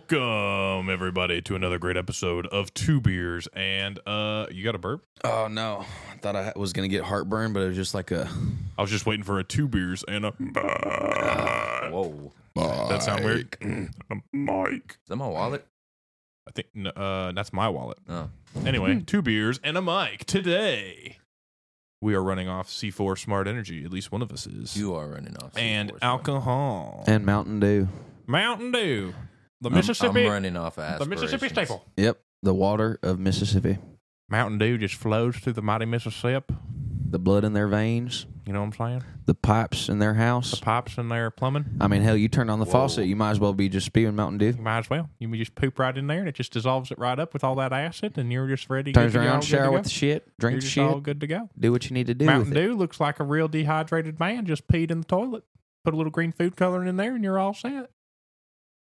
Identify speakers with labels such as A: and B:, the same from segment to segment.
A: Welcome everybody to another great episode of Two Beers and uh you got a burp?
B: Oh no! I thought I was gonna get heartburn, but it was just like a
A: I was just waiting for a two beers and a
C: Whoa.
A: that sound weird.
C: Mm.
A: a mic.
C: Is that my wallet?
A: I think n- uh that's my wallet.
C: Oh.
B: Hmm.
A: Anyway, two beers and a mic today. We are running off C4 Smart Energy, at least one of us is.
C: You are running off.
A: and
C: C4, so-
A: alcohol.
B: and Mountain Dew.
A: Mountain Dew. The
C: I'm-
A: Mississippi
C: I'm, running off of
A: The Mississippi
C: aspirations.
A: staple.
B: Yep, the water of Mississippi,
A: Mountain Dew just flows through the mighty Mississippi.
B: the blood in their veins,
A: You know what I'm saying?
B: the pipes in their
A: The
B: house.
A: pipes in there plumbing.
B: I mean, hell, you turn on the
C: Whoa.
B: faucet, you might as well be just spewing Mountain Dew.
A: You might as well. You can just poop right in there, and it just dissolves it right up with all that acid, and you're just ready.
B: Turns
A: you're all
B: around,
A: good
B: shower
A: to
B: with
A: go.
B: the shit,
A: You're
B: drink the
A: just
B: shit,
A: all good to go.
B: do what you need to do.
A: Mountain
B: with it.
A: Dew looks like a real dehydrated man just peed in the toilet. Put a little green food coloring in there, and you're all set.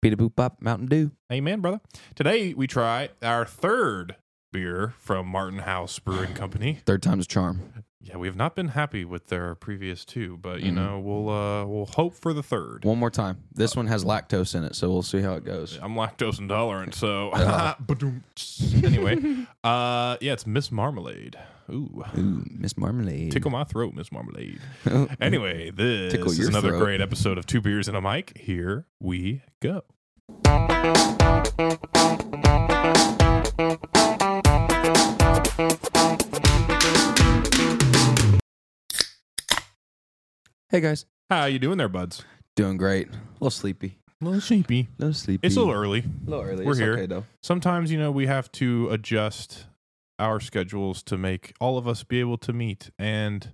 B: Beat a boop bop, Mountain Dew.
A: Amen, brother. Today we try our third beer from Martin House Brewing Company.
B: Third time's a charm.
A: Yeah, we have not been happy with their previous two, but you
B: Mhm.
A: know we'll uh, we'll hope for the third.
B: One more time. This one has lactose in it, so we'll see how it goes.
A: I'm lactose intolerant, so
B: Uh.
A: Ba-doom. anyway, uh, yeah, it's Miss Marmalade. Ooh,
B: Ooh, Miss Marmalade.
A: tickle my throat, Miss Marmalade. Anyway, this
B: Tickle
A: is
B: your
A: another
B: throat.
A: great episode of Two Beers and a Mic. Here we go.
B: hey guys,
A: How you doing there, buds?
B: doing great. A little sleepy.
A: A little sleepy.
B: A little sleepy.
A: It's a little early.
B: A little early.
A: We're
B: It's
A: here.
B: Okay, though.
A: Sometimes, you know, we have to adjust our schedules to make all of us be able to meet, and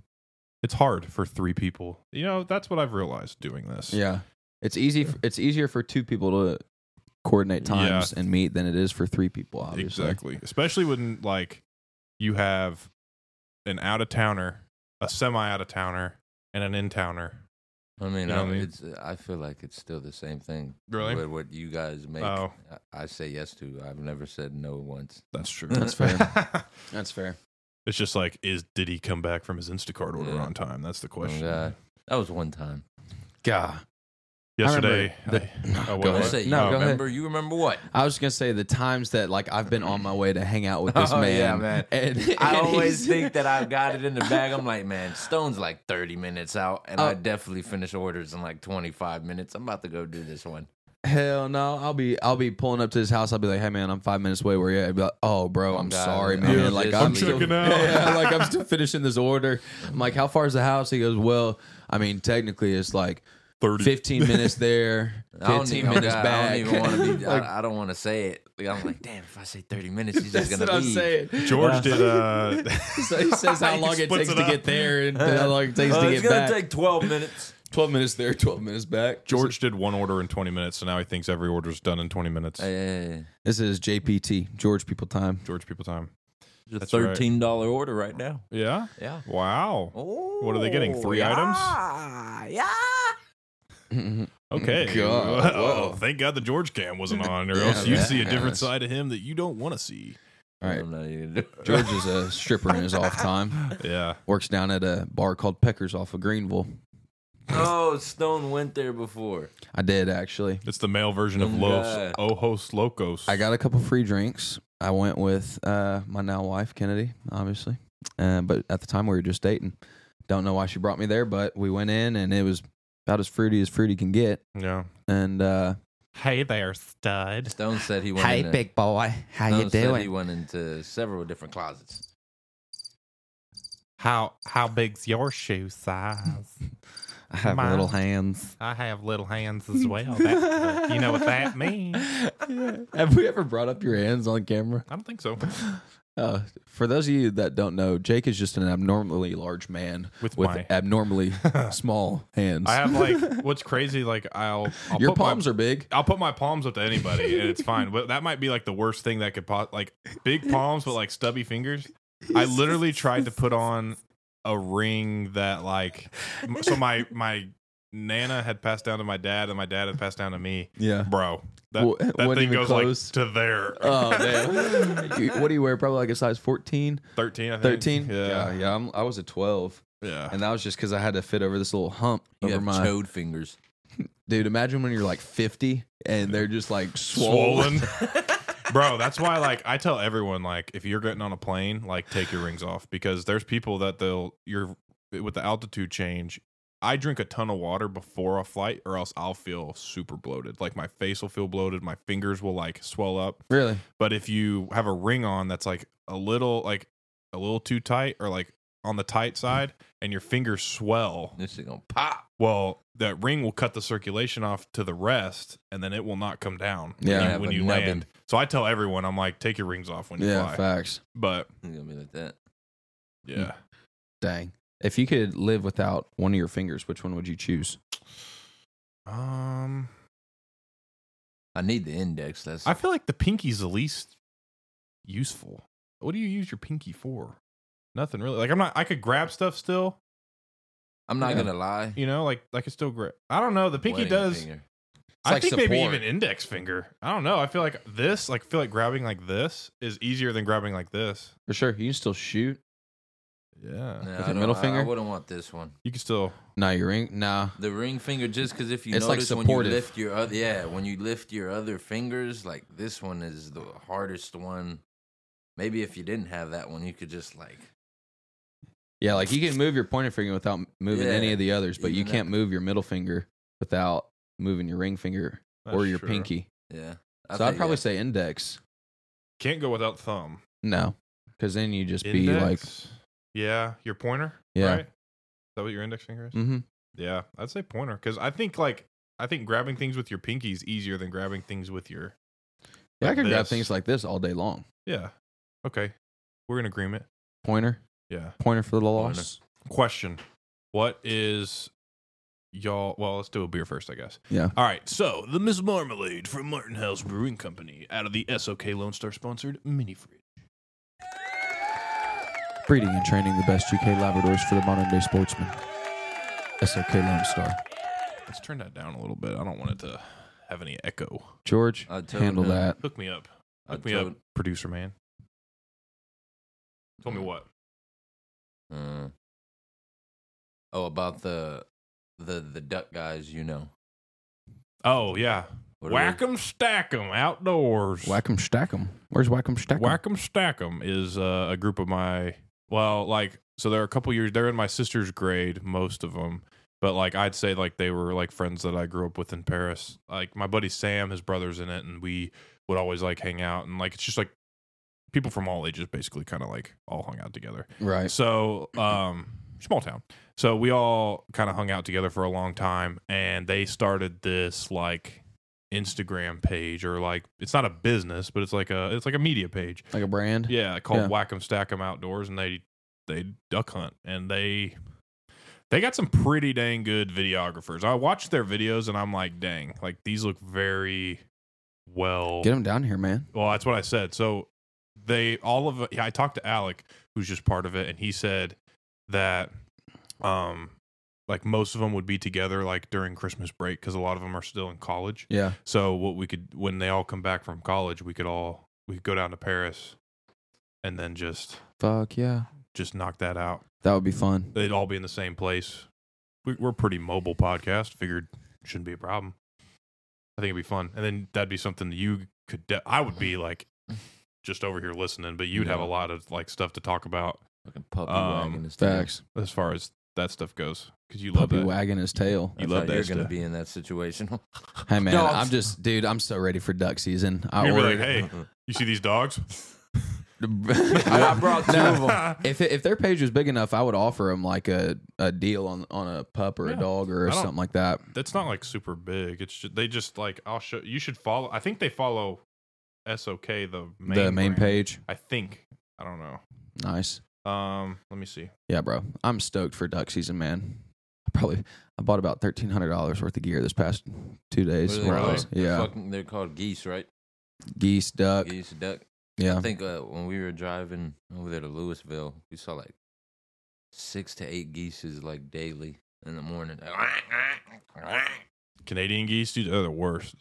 A: it's hard for three people. You know, that's what I've realized doing this.
B: Yeah, it's easy. For, it's easier for two people to coordinate times and meet than it is for three people. Obviously,
A: Exactly. Especially when like you have an out of towner, a semi out of towner, and an in towner.
C: I mean,
A: You know
C: I,
A: what I mean?
C: It's, I feel like it's still the same thing.
A: Really?
C: What, what you guys make,
A: Oh.
C: I, I say yes to. I've never said no once.
A: That's true.
B: That's fair. that's fair.
A: it's just like, is did he come back from his Instacart order
C: Yeah.
A: on time? That's
B: Oh,
A: the question.
C: And, uh, that was one time.
B: God,
A: Yesterday,
B: I remember the-
A: I- oh,
B: Go
A: what-
B: ahead.
C: I say, you
B: No, go ahead.
C: remember? You remember what?
B: I was gonna say the times that like I've been on my way to hang out with this
C: Oh,
B: man.
C: yeah, man.
B: And,
C: I
B: and
C: always
B: he's-
C: think that I've got it in the bag. I'm like, man, Stone's like 30 minutes out, and I
B: Oh.
C: definitely finish orders in like 25 minutes. I'm about to go do this one.
B: hell no. I'll be I'll be pulling up to his house. I'll be like, hey man, I'm five minutes away. Where you at? He'd be like, oh bro, I'm
C: God,
B: sorry
C: I'm
B: man.
C: just
B: like
C: leaving.
B: still,
A: checking out.
B: Yeah, like I'm still finishing this order. I'm like, how far is the house? He goes, well, I mean, technically it's like
A: 30.
B: 15 minutes there, 15
C: even- oh,
B: minutes
C: God,
B: back.
C: I don't even want to be.
B: Like,
C: I, I don't want to say it. Like, I'm like, damn. If I say 30 minutes, he's
B: that's
C: just
B: what
C: gonna
B: I'm
C: leave.
B: saying.
A: George
B: Yeah.
A: did uh
B: So he says how
A: He
B: long it
A: splits
B: takes
A: it
B: to
A: up.
B: get there and how long it takes
C: Uh,
B: to
C: it's
B: get
C: gonna
B: back.
C: take 12 minutes.
B: 12 minutes there, 12 minutes back.
A: George did one order in twenty minutes, so now he thinks every order's done in twenty minutes.
B: This is JPT, George People Time.
A: George people time.
C: It's a
A: That's right.
C: thirteen dollar order right now.
A: Yeah.
C: Yeah.
A: Wow. What are they getting? Three
C: items? Yeah.
A: Okay.
B: God,
A: Well,
B: whoa.
A: thank God the George cam wasn't on, or
B: Yeah,
A: else you'd
B: that-
A: see a different
B: yes.
A: side of him that you don't want to see.
B: All
C: I
B: right.
C: don't know you can do it.
B: George is a stripper in his off time.
A: Yeah.
B: Works down at a bar called Peckers off of Greenville.
C: Oh, Stone went there before.
B: I did actually.
A: It's the male version of
C: Mm,
A: Los
C: yeah.
A: Ojos Locos.
B: I got a couple free drinks. I went with uh, my now wife, Kennedy, obviously. Uh, but at the time, we were just dating. Don't know why she brought me there, but we went in and it was about as fruity as fruity can get.
A: Yeah.
B: And uh,
A: Hey there, stud.
C: Stone said he went. into,
B: boy, how
C: Stone said he went into several different closets.
A: How how big's your shoe size?
B: I have
A: Mine.
B: little hands.
A: I have little hands as well. That, you know what that means? I
B: Have we ever brought up your hands on camera?
A: don't think so.
B: Uh, for those of you that don't know, Jake is just an abnormally large man
A: With
B: with
A: my-
B: abnormally small hands.
A: I have like what's crazy. Like I'll, I'll
B: your
A: put my-
B: palms are big.
A: I'll put my palms up to anybody and it's fine. But that might be like the worst thing that could pos- like big palms but like stubby fingers. I literally tried to put on a ring that like m- so my my nana had passed down to my dad and my dad had passed down to me.
B: Yeah.
A: Bro, that,
B: Wa-
A: that
B: wasn't
A: thing
B: even
A: goes
B: close.
A: like to there.
B: Oh man. You- what do you wear? Probably like a size 14,
A: 13 I think.
B: 13? yeah,
A: Yeah.
B: yeah, I'm, I was a 12,
A: Yeah.
B: and that was just because I had to fit over this little hump
C: You
B: over
C: have
B: my.
C: chode fingers.
B: Dude, imagine when you're like 50 and they're just like swollen.
A: swollen. Bro, that's why like I tell everyone like if you're getting on a plane, like take your rings off because there's people that they'll you're with the altitude change. I drink a ton of water before a flight or else I'll feel super bloated. Like my face will feel bloated, my fingers will like swell up.
B: Really?
A: But if you have a ring on that's like a little like a little too tight or like on the tight side and your fingers swell,
C: this shit gonna pop.
A: well, that ring will cut the circulation off to the rest and then it will not come down
B: Yeah.
A: when
B: Have
A: you, when
C: a
A: you
C: nubbin.
A: land. So I tell everyone, I'm like, take your rings off when you
B: Yeah, Hmm.
A: fly.
B: facts.
A: But
C: It's gonna be like that.
A: yeah,
B: Dang. If you could live without one of your fingers, which one would you choose?
A: um,
C: I need the index. That's
A: I feel like the pinky's the least useful. What do you use your pinky for? Nothing really. Like I'm not. I could grab stuff still.
C: I'm not
B: Yeah.
C: gonna lie.
A: You know, like I could still grab. I don't know. The pinky
C: Wedding
A: does.
C: finger.
B: It's
A: I
B: like
A: think maybe
B: support.
A: even index finger. I don't know. I feel like this, like, feel like grabbing like this is easier than grabbing like this.
B: For sure. You can still shoot.
A: Yeah.
C: Nah, I
B: your
C: don't-
B: middle
C: I- I
B: finger?
C: wouldn't want this one.
A: You can still.
B: Nah, your ring. Nah.
C: The ring finger, just because if you
B: It's, like,
C: notice when
B: supportive.
C: you lift your other, yeah, when you lift your other fingers, like this one is the hardest one. Maybe if you didn't have that one, you could just like
B: Yeah, like you can move your pointer finger without m- moving
C: Yeah,
B: any of the others, but you
C: even that-
B: can't move your middle finger without moving your ring finger or
A: That's
B: your
A: true.
B: pinky.
C: yeah.
B: so I'd
C: think,
B: probably
C: yeah.
B: say index.
A: Can't go without thumb.
B: No, because then you just be like,
A: Index? yeah, your pointer.
B: Yeah.
A: Right? Is that what your index finger is?
B: mm-hmm.
A: Yeah, I'd say pointer because I think like I think grabbing things with your pinky is easier than grabbing things with your.
B: yeah, I
A: like
B: could grab
A: this.
B: things like this all day long.
A: Yeah. Okay, we're in agreement.
B: Pointer,
A: Yeah.
B: pointer for the
A: Pointer.
B: loss.
A: Question: What is y'all? Well, let's do a beer first, I guess.
B: Yeah.
A: All right. So the Miss Marmalade from Martin House Brewing Company, out of the SOK Lone Star sponsored mini fridge.
B: Breeding and training the best UK Labradors for the modern day sportsman. SOK Lone Star.
A: Let's turn that down a little bit. I don't want it to have any echo.
B: George,
C: I told
B: handle
C: him.
B: that.
A: Hook me up.
C: I
A: Hook me
C: told-
A: up, producer man. Tell me what.
C: Uh, oh, about the the the duck guys, you know.
A: Oh yeah,
C: What are
A: whack 'em, stack 'em, outdoors.
B: Whack 'em, stack 'em. Where's whack 'em, stack 'em?
A: Whack 'em Stack 'em is uh, a group of my well, like so they're a couple years they're in my sister's grade, most of them. But like I'd say like they were like friends that I grew up with in Paris. Like my buddy Sam, his brother's in it, and we would always like hang out and like it's just like people from all ages basically kind of like all hung out together.
B: Right.
A: So, um, small town. So we all kind of hung out together for a long time, and they started this like Instagram page or like it's not a business, but it's like a it's like a media page.
B: Like a brand.
A: Yeah, called
B: Yeah.
A: Whack 'em Stack 'em Outdoors, and they they duck hunt and they they got some pretty dang good videographers. I watched their videos and I'm like, dang, like these look very well
B: Get 'em down here, man.
A: well, that's what I said. So they all of yeah, I talked to Alec, who's just part of it, and he said that um like most of them would be together like during Christmas break because a lot of them are still in college.
B: Yeah.
A: So what we could when they all come back from college, we could all we could go down to Paris and then just
B: Fuck yeah.
A: just knock that out.
B: That would be fun.
A: They'd all be in the same place. We, we're a pretty mobile podcast. Figured shouldn't be a problem. I think it'd be fun, and then that'd be something that you could. De- I would be like just over here listening, but you'd have a
C: No.
A: lot of like stuff to talk about
C: Fucking puppy
A: Um,
C: wagon is
B: Facts.
A: as far as that stuff goes. Because you love
B: Puppy
A: that.
B: wagging his tail.
A: You love that
C: You're
A: stuff.
C: gonna be in that situation.
B: Hey man,
C: Dogs.
B: I'm just dude. I'm so ready for duck season. I
A: You're gonna be
B: ordered.
A: like, hey, you see these dogs?
C: I I brought two
B: No.
C: of them.
B: If it- if their page was big enough, I would offer them like a, a deal on, on a pup or
A: Yeah.
B: a dog or
A: I don't-
B: something like that.
A: That's not like super big. It's just, they just like I'll show. You should follow. I think they follow SOK the main
B: the main
A: brand.
B: page,
A: I think. I don't know.
B: nice.
A: Um, let me see.
B: Yeah, bro. I'm stoked for duck season, man. I probably I bought about thirteen hundred dollars worth of gear this past two days.
C: What are they
B: where I
C: called?
B: was-
C: They're
B: yeah,
C: fucking- they're called geese, right?
B: geese, duck.
C: Geese, duck. I
B: Yeah,
C: think uh, when we were driving over there to Louisville, we saw like six to eight geeses like daily in the morning.
A: Canadian geese, dude, they're the worst.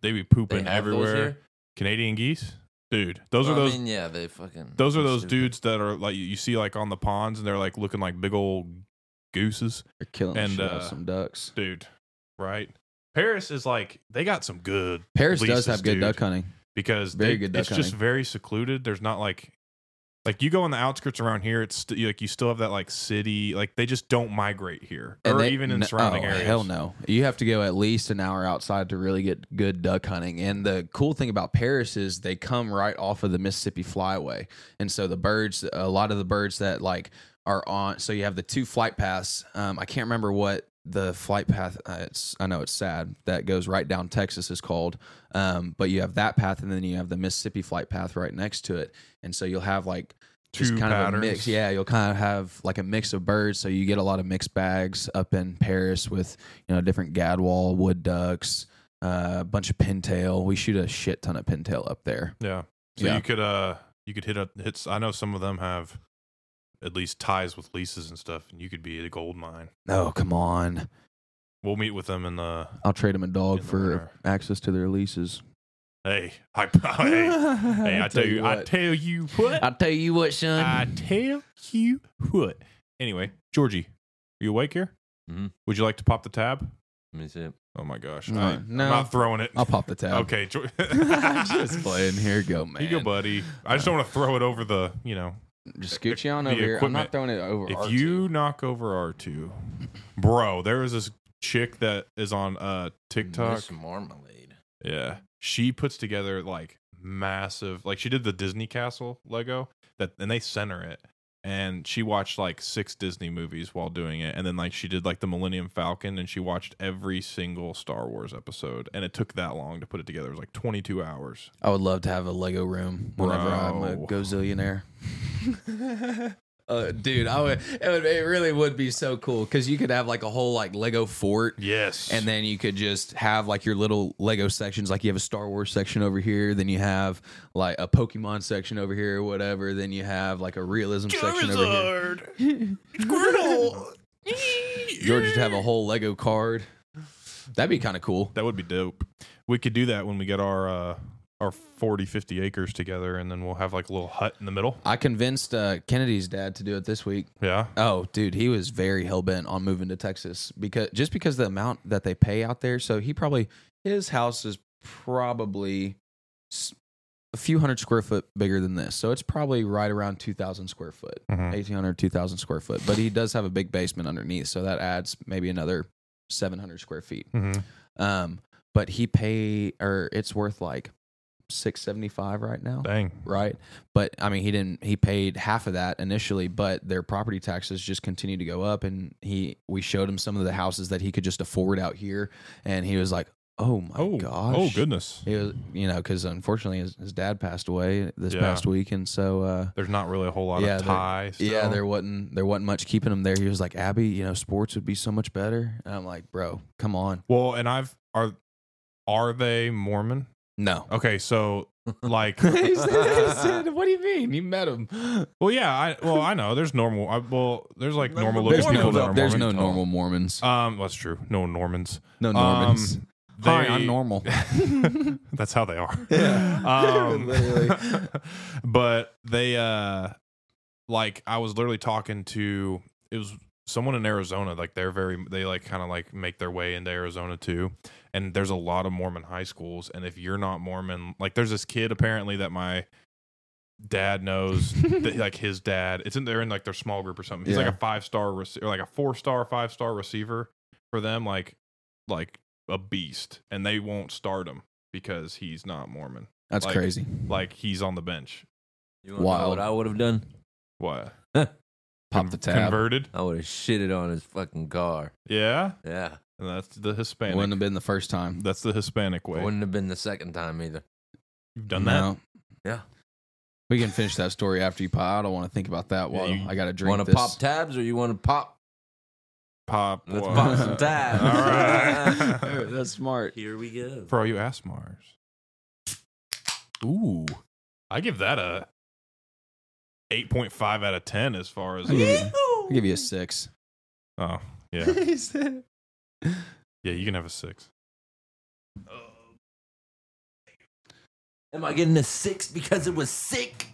A: They be
C: They
A: pooping
C: have those
A: everywhere.
C: here?
A: Canadian geese, dude. Those
C: Well,
A: are
C: I
A: those.
C: mean, yeah, they fucking.
A: those are
C: they're
A: those
C: stupid.
A: dudes that are like you- you see like on the ponds and they're like looking like big old gooses,
B: they're killing the
A: and,
B: shit out of
A: uh,
B: some ducks.
A: dude. Right? Paris is like they got some good
B: Paris
A: Lisa's
B: does have good
A: dude.
B: duck hunting.
A: because
B: Very
A: they,
B: good duck
A: it's just
B: hunting.
A: very secluded. There's not like like you go on the outskirts around here. It's st- like you still have that like city. Like they just don't migrate here
B: And
A: or
B: they-
A: even in
B: no-
A: surrounding
B: oh,
A: areas.
B: Hell no. You have to go at least an hour outside to really get good duck hunting. And the cool thing about Paris is they come right off of the Mississippi Flyway. And so the birds, a lot of the birds that like are on, so you have the two flight paths. Um, I can't remember what the flight path uh, it's i know it's sad that goes right down texas is called um, but you have that path and then you have the mississippi flight path right next to it and so you'll have like just
A: Two
B: kind
A: patterns.
B: of a mix. Yeah, you'll kind of have like a mix of birds, so you get a lot of mixed bags up in Paris with you know different gadwall, wood ducks, uh, a bunch of pintail. We shoot a shit ton of pintail up there.
A: Yeah. So
B: Yeah.
A: you could uh you could hit up hits. I know some of them have at least ties with leases and stuff, and you could be at a gold mine.
B: Oh come on!
A: We'll meet with them in the
B: I'll trade them a dog
A: In the
B: for
A: winter.
B: access to their leases.
A: hey I, hey, hey I tell you I
B: what.
A: tell you what
B: I tell you what, son.
A: I tell you what. Anyway, Georgie, are you awake here?
C: Mhm.
A: Would you like to pop the tab?
C: Let me see.
A: Oh my gosh,
B: Mm-hmm. No,
A: I, am
B: no.
A: not throwing it.
B: I'll pop the tab.
A: Okay, Geor-
B: just playing. Here you go, man.
A: You go, buddy. I just don't want to throw it over the. You know,
B: Just scoot you on
A: The
B: over here. I'm not
A: equipment.
B: throwing it over.
A: if
B: R2.
A: you knock over R two, bro, there was this chick that is on uh TikTok.
C: Miss Marmalade.
A: Yeah, she puts together like massive. Like she did the Disney Castle Lego that, and they sent her it. And she watched like six Disney movies while doing it, and then like she did like the Millennium Falcon, and she watched every single Star Wars episode, and it took that long to put it together. It was like twenty two hours.
B: I would love to have a Lego room whenever I'm a
A: Bro.
B: gozillionaire. uh, dude, I would, it would. It really would be so cool because you could have like a whole like Lego fort.
A: Yes,
B: And then you could just have like your little Lego sections. Like you have a Star Wars section over here, then you have like a Pokemon section over here, or whatever. Then you have like a realism section over here. George would have a whole Lego card. That'd be kind of cool.
A: That would be dope. We could do that when we get our uh our 40 50 acres together and then we'll have like a little hut in the middle.
B: I convinced uh, Kennedy's dad to do it this week.
A: Yeah.
B: Oh, dude, he was very hell bent on moving to Texas because just because the amount that they pay out there. So he probably his house is probably s- a few hundred square foot bigger than this. So it's probably right around two thousand square foot,
A: Mhm.
B: eighteen hundred, two thousand square foot. But he does have a big basement underneath, so that adds maybe another seven hundred square feet.
A: Mhm.
B: Um, but he pay or it's worth like six seventy five right now
A: Dang.
B: right? But I mean, he didn't. He paid half of that initially, but their property taxes just continued to go up. And he, we showed him some of the houses that he could just afford out here, and he was like, "Oh my
A: oh,
B: gosh,
A: oh goodness.
B: He was, you know, because unfortunately his, his dad passed away this
A: Yeah.
B: past week, and so uh,
A: There's not really a whole lot
B: Yeah,
A: of
B: there-
A: tie. Still.
B: yeah, there wasn't there wasn't much keeping him there. He was like, "Abby, you know, sports would be so much better." And I'm like, "Bro, come on,
A: Well, and I've are are they Mormon?
B: no."
A: Okay, so like
B: He said- he said, what do you mean? You met him.
A: well yeah, I well I know there's normal I, well there's like
C: There's
A: normal
B: There's,
A: looking
C: Mormons
A: people
B: people
A: that
B: no,
A: are
B: there's no
A: Mormon.
B: normal Mormons.
A: Um that's true. No Normans.
B: No
A: um,
B: Normans. Hi, I'm
A: They-
B: normal.
A: That's how they are.
B: Yeah.
A: Um,
B: Literally.
A: but they uh like I was literally talking to it was someone in Arizona, like they're very they like kind of like make their way into Arizona too. And there's a lot of Mormon high schools and if you're not Mormon, like there's this kid apparently that my dad knows that, like his dad it's in they're in like their small group or something he's like
B: Yeah.
A: a five star rec- or like a four star five star receiver for them like like a beast and they won't start him because he's not mormon
B: That's
A: like-
B: crazy.
A: like he's on the bench
C: You wanna know
B: Wild.
C: what I would have done?
A: what
B: Pop
A: Con-
B: the tab.
A: converted
C: I would have shitted on his fucking car.
A: yeah
C: Yeah.
A: and that's the hispanic
B: Wouldn't have been the first time.
A: that's the hispanic way
C: Wouldn't have been the second time either.
A: you've done that
B: No.
C: Yeah.
B: We can finish that story after you pop. I don't want to think about that while
A: Yeah, you
B: I got to drink
C: Want to
B: this.
C: pop tabs or you want to pop?
A: pop
C: Let's
A: what?
C: pop some tabs.
A: all right
B: That's smart.
C: Here we go.
A: for all you ass mars ooh i give that a 8.5 out of 10 as far as
B: I give you, I give you a six.
A: oh yeah Yeah, you can have a six.
C: Am I getting a six because it was sick?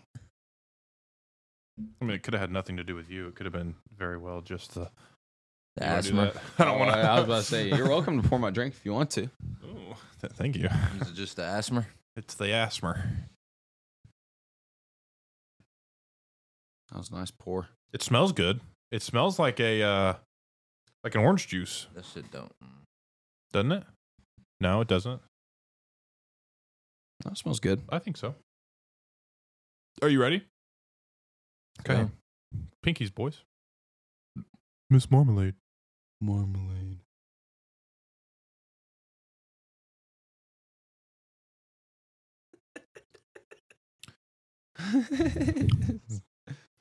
A: I mean, it could have had nothing to do with you. It could have been very well just the You
B: The
A: wanna do
B: asthma.
A: that? I don't want
B: Oh, I was about to say, you're welcome to pour my drink if you want to.
A: Ooh, th- thank you.
C: Is it just the asthma?
A: It's the asthma.
B: That was a nice pour.
A: It smells good. It smells like a uh, like an orange juice,
C: That shit don't. mm.
A: doesn't it? No, it doesn't.
B: That smells good.
A: I think so. Are you ready? Okay.
B: Yeah.
A: Pinkies, boys. Miss Marmalade.
B: Marmalade.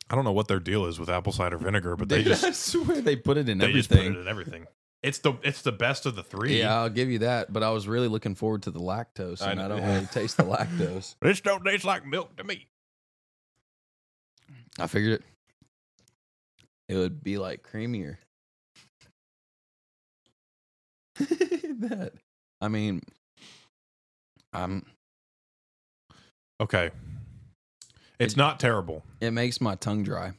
A: I don't know what their deal is with apple cider vinegar, but they
B: Dude,
A: just
B: I swear they put it in
A: they just put
B: everything.
A: it in everything. It's the it's the best of the three.
B: yeah, I'll give you that. But I was really looking forward to the lactose,
A: I
B: and I,
A: know.
B: don't really taste the lactose.
A: This don't taste like milk to me.
B: I figured it. It would be like creamier. that. I mean, I'm.
A: Okay. It's not terrible.
B: It makes my tongue dry.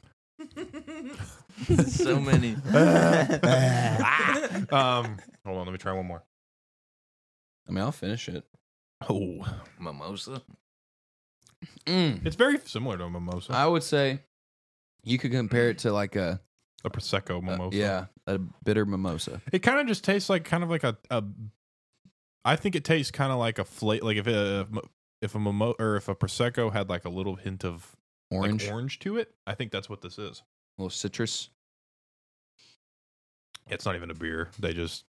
C: so many.
B: I
A: Um hold on, let me try one more.
B: mean, I'll finish it.
A: Oh.
C: Mimosa?
B: Mm.
A: It's very similar to a mimosa.
B: I would say you could compare it to like a
A: a prosecco
B: a-
A: mimosa.
B: yeah a bitter mimosa.
A: It kind of just tastes like kind of like a, a I think it tastes kind of like a flake like if a if a mimo or if a prosecco had like a little hint of like,
B: Orange,
A: orange to it. I think that's what this is.
B: little citrus.
A: It's not even a beer. They just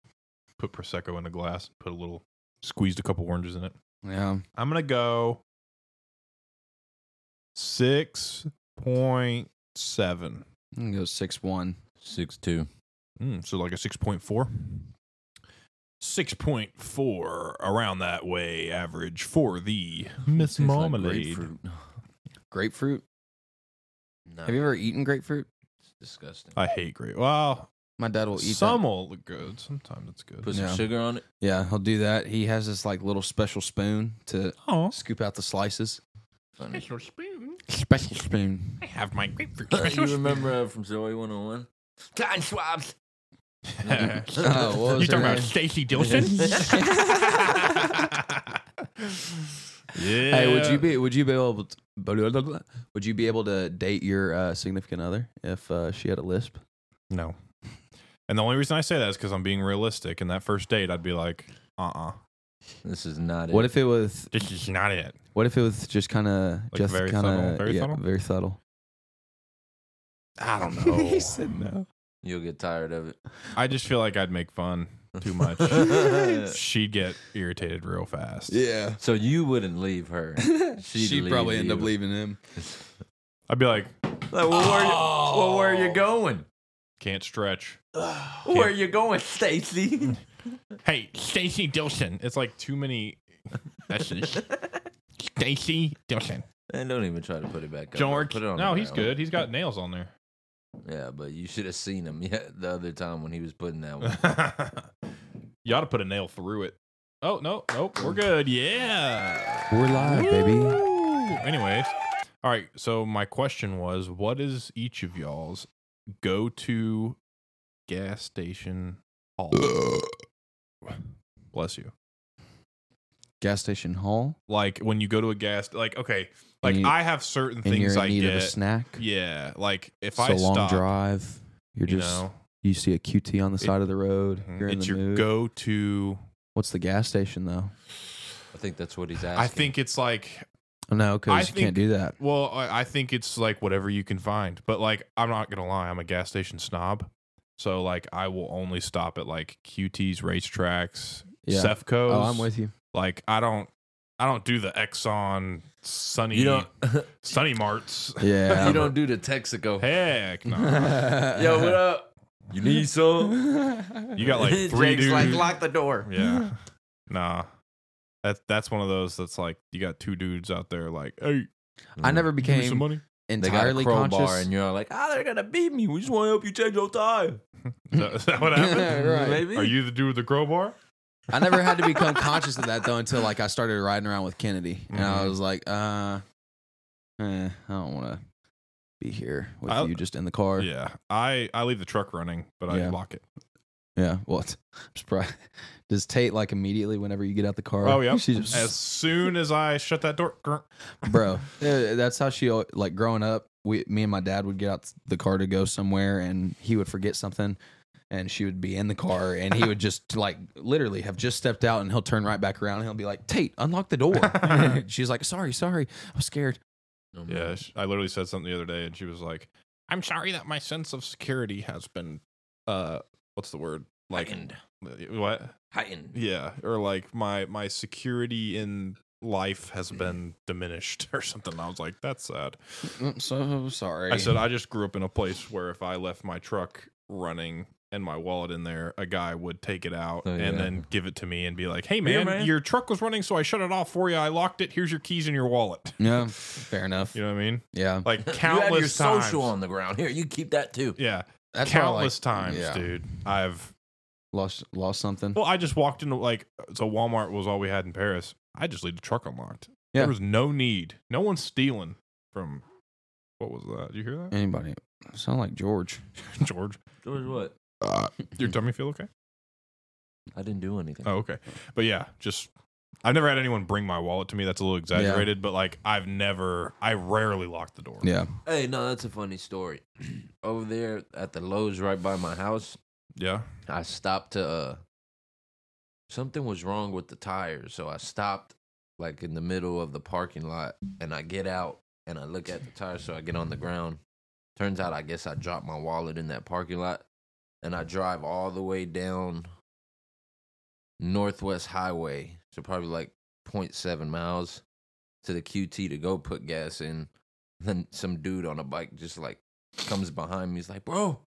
A: put prosecco in a glass, put a little squeezed a couple oranges in it.
B: Yeah,
A: I'm going to go 6.7.
B: I'm gonna go six one.
C: Six two.
A: Mm, so like a 6.4. 6.4 around that way average for the Miss Marmalade.
B: Grapefruit.
C: no,
B: Have you ever eaten grapefruit?
C: It's disgusting.
A: I hate grape. Well,
B: My dad will eat
A: some
B: That.
A: will look good. Sometimes it's good.
C: Put some
B: Yeah.
C: sugar on it.
B: Yeah, he'll do that. He has this like little special spoon to
A: oh,
B: scoop out the slices.
C: Funny.
A: spoon.
B: Special spoon.
A: I have my grapefruit.
C: you remember uh, from Zoe 101? Cotton swabs.
B: Oh, what was
A: you talking
B: her
A: about
B: name?
A: Stacy Dilson? yeah.
B: Hey, would you be would you be able to, blah, blah, blah, blah. would you be able to date your uh, significant other if uh, she had a lisp?
A: No. And the only reason I say that is because I'm being realistic. And that first date, I'd be like, uh uh
C: This is not it.
B: What if it was
A: This is not it.
B: what if it was just kind of
A: Like
B: just
A: very
B: kind
A: subtle,
B: of
A: very
B: yeah,
A: subtle?
B: very subtle?
A: I don't know.
B: he said no.
C: You'll get tired of it.
A: I just feel like I'd make fun too much. She'd get irritated real fast.
B: Yeah.
C: so you wouldn't leave her. She'd leave you.
B: leaving him.
A: I'd be like,
C: Like, well, where,
A: Oh.
C: you, well, where you going?
A: can't stretch.
C: Where you going, Stacy?
A: Hey, Stacy Dilson. It's like too many. That's Stacy Dilson.
C: and don't even try to put it back up.
A: George.
C: Put it on
A: No,
C: the
A: he's
C: ground.
A: good. He's got nails on there.
C: Yeah, but you should have seen him yeah, the other time when he was putting that one.
A: you ought to put a nail through it. Oh no, nope, we're good. Yeah.
B: We're live, baby.
A: Woo! Anyways, all right. So my question was, what is each of y'all's go-to gas station haul? Bless you.
B: Gas station hall.
A: Like when you go to a gas, like okay, like
B: you-
A: I have certain
B: And
A: things
B: you're in
A: I
B: need of a
A: get.
B: snack.
A: Yeah, like if
B: it's a
A: I
B: long
A: stop,
B: drive. You're
A: you
B: just you,
A: know,
B: see a QT on the
A: It- Mm-hmm.
B: side of the road. You're in
A: it's
B: the
A: your
B: mood.
A: go-to.
B: What's the gas station though?
C: I think that's what he's asking.
A: I think it's like
B: Oh, No,
A: I
B: because you
A: think-
B: can't do that.
A: Well, I, I think it's like whatever you can find. But like, I'm not gonna lie, I'm a gas station snob. So like, I will only stop at like QT's, racetracks,
B: Yeah.
A: Sefco's.
B: Oh, I'm with you.
A: Like, I don't, I don't do the Exxon, Sunny,
C: you don't
A: Sunny Marts.
B: Yeah.
C: you don't do the
B: Oh.
C: Texaco.
A: Heck no.
C: Yo, what
B: Yo,
C: up? You need some?
A: you got like three
C: Jake's
A: dudes.
C: like lock the door.
A: yeah. Nah. That that's one of those that's like you got two dudes out there like, hey,
B: I never
A: give me some
B: became
A: money.
C: They got a
B: entirely
C: crowbar
B: conscious.
C: and you're all like, ah, they're gonna beat me. We just want to help you change your tie.
A: Is that, is that what happened?
B: Right.
C: Maybe.
A: Are you the dude with the crowbar?
B: I never had to become conscious of that though until like I started
A: Mm-hmm.
B: riding around with Kennedy, and I
A: Mhm.
B: was like, uh, eh, I don't want to. be here with
A: I-
B: you just in the car.
A: Yeah, I I leave the truck running, but I
B: Yeah.
A: lock it.
B: Yeah. Well, it's, I'm surprised. Does Tate like immediately whenever you get out the car?
A: Oh, yeah.
B: She just,
A: As soon as I shut that door, grr,
B: bro. eh, That's how she al- like growing up. We, me and my dad would get out the car to go somewhere, and he would forget something, and she would be in the car, and he would just like literally have just stepped out, and he'll turn right back around, and he'll be like, "Tate, unlock the door." She's like, "Sorry, sorry, I was scared."
C: No
A: Yeah,
C: matter.
A: sh- I literally said something the other day, and she was like, "I'm sorry that my sense of security has been, uh, what's the word? Like uh,
C: heightened,
A: what?
C: heightened.
A: Yeah, or like my my security in life has been diminished or something." I was like, "That's sad."
B: I'm "Mm, so sorry.
A: I said, "I just grew up in a place where if I left my truck running." And my wallet in there, a guy would take it out
C: Oh,
A: and
C: yeah.
A: then give it to me and be like, Hey
C: Here,
A: man,
C: man."
A: your truck was running, so I shut it off for you. I locked it. Here's your keys and your wallet.
B: "Yeah, fair enough."
A: You know what I mean?
B: Yeah,
A: Like
C: you have your
A: countless times.
C: social on the ground. Here, you keep that too.
A: Yeah.
B: that's why I, like,
A: countless times,
B: yeah,
A: dude. I've
B: Lost lost something.
A: well, I just walked into like so Walmart was all we had in Paris. I just leave the truck unlocked.
B: Yeah.
A: There was no need. No one's stealing from what was that? Did you hear that?
B: Anybody sound like George?
A: George.
C: George, what?
A: Your
B: Mm-hmm.
A: tummy feel okay?
C: I didn't do anything.
A: Oh, okay. But yeah, just I've never had anyone bring my wallet to me. That's a little exaggerated, but like I've never I rarely lock the door.
B: Yeah.
C: Hey, no, that's a funny story. Over there at the Lowe's right by my house,
A: Yeah.
C: I stopped to uh something was wrong with the tires, so I stopped like in the middle of the parking lot and I get out and I look at the tires so I get on the ground. Turns out I guess I dropped my wallet in that parking lot and I drive all the way down Northwest Highway, so probably like 0.7 miles to the QT to go put gas in. Then some dude on a bike just like comes behind me. He's like, "Bro,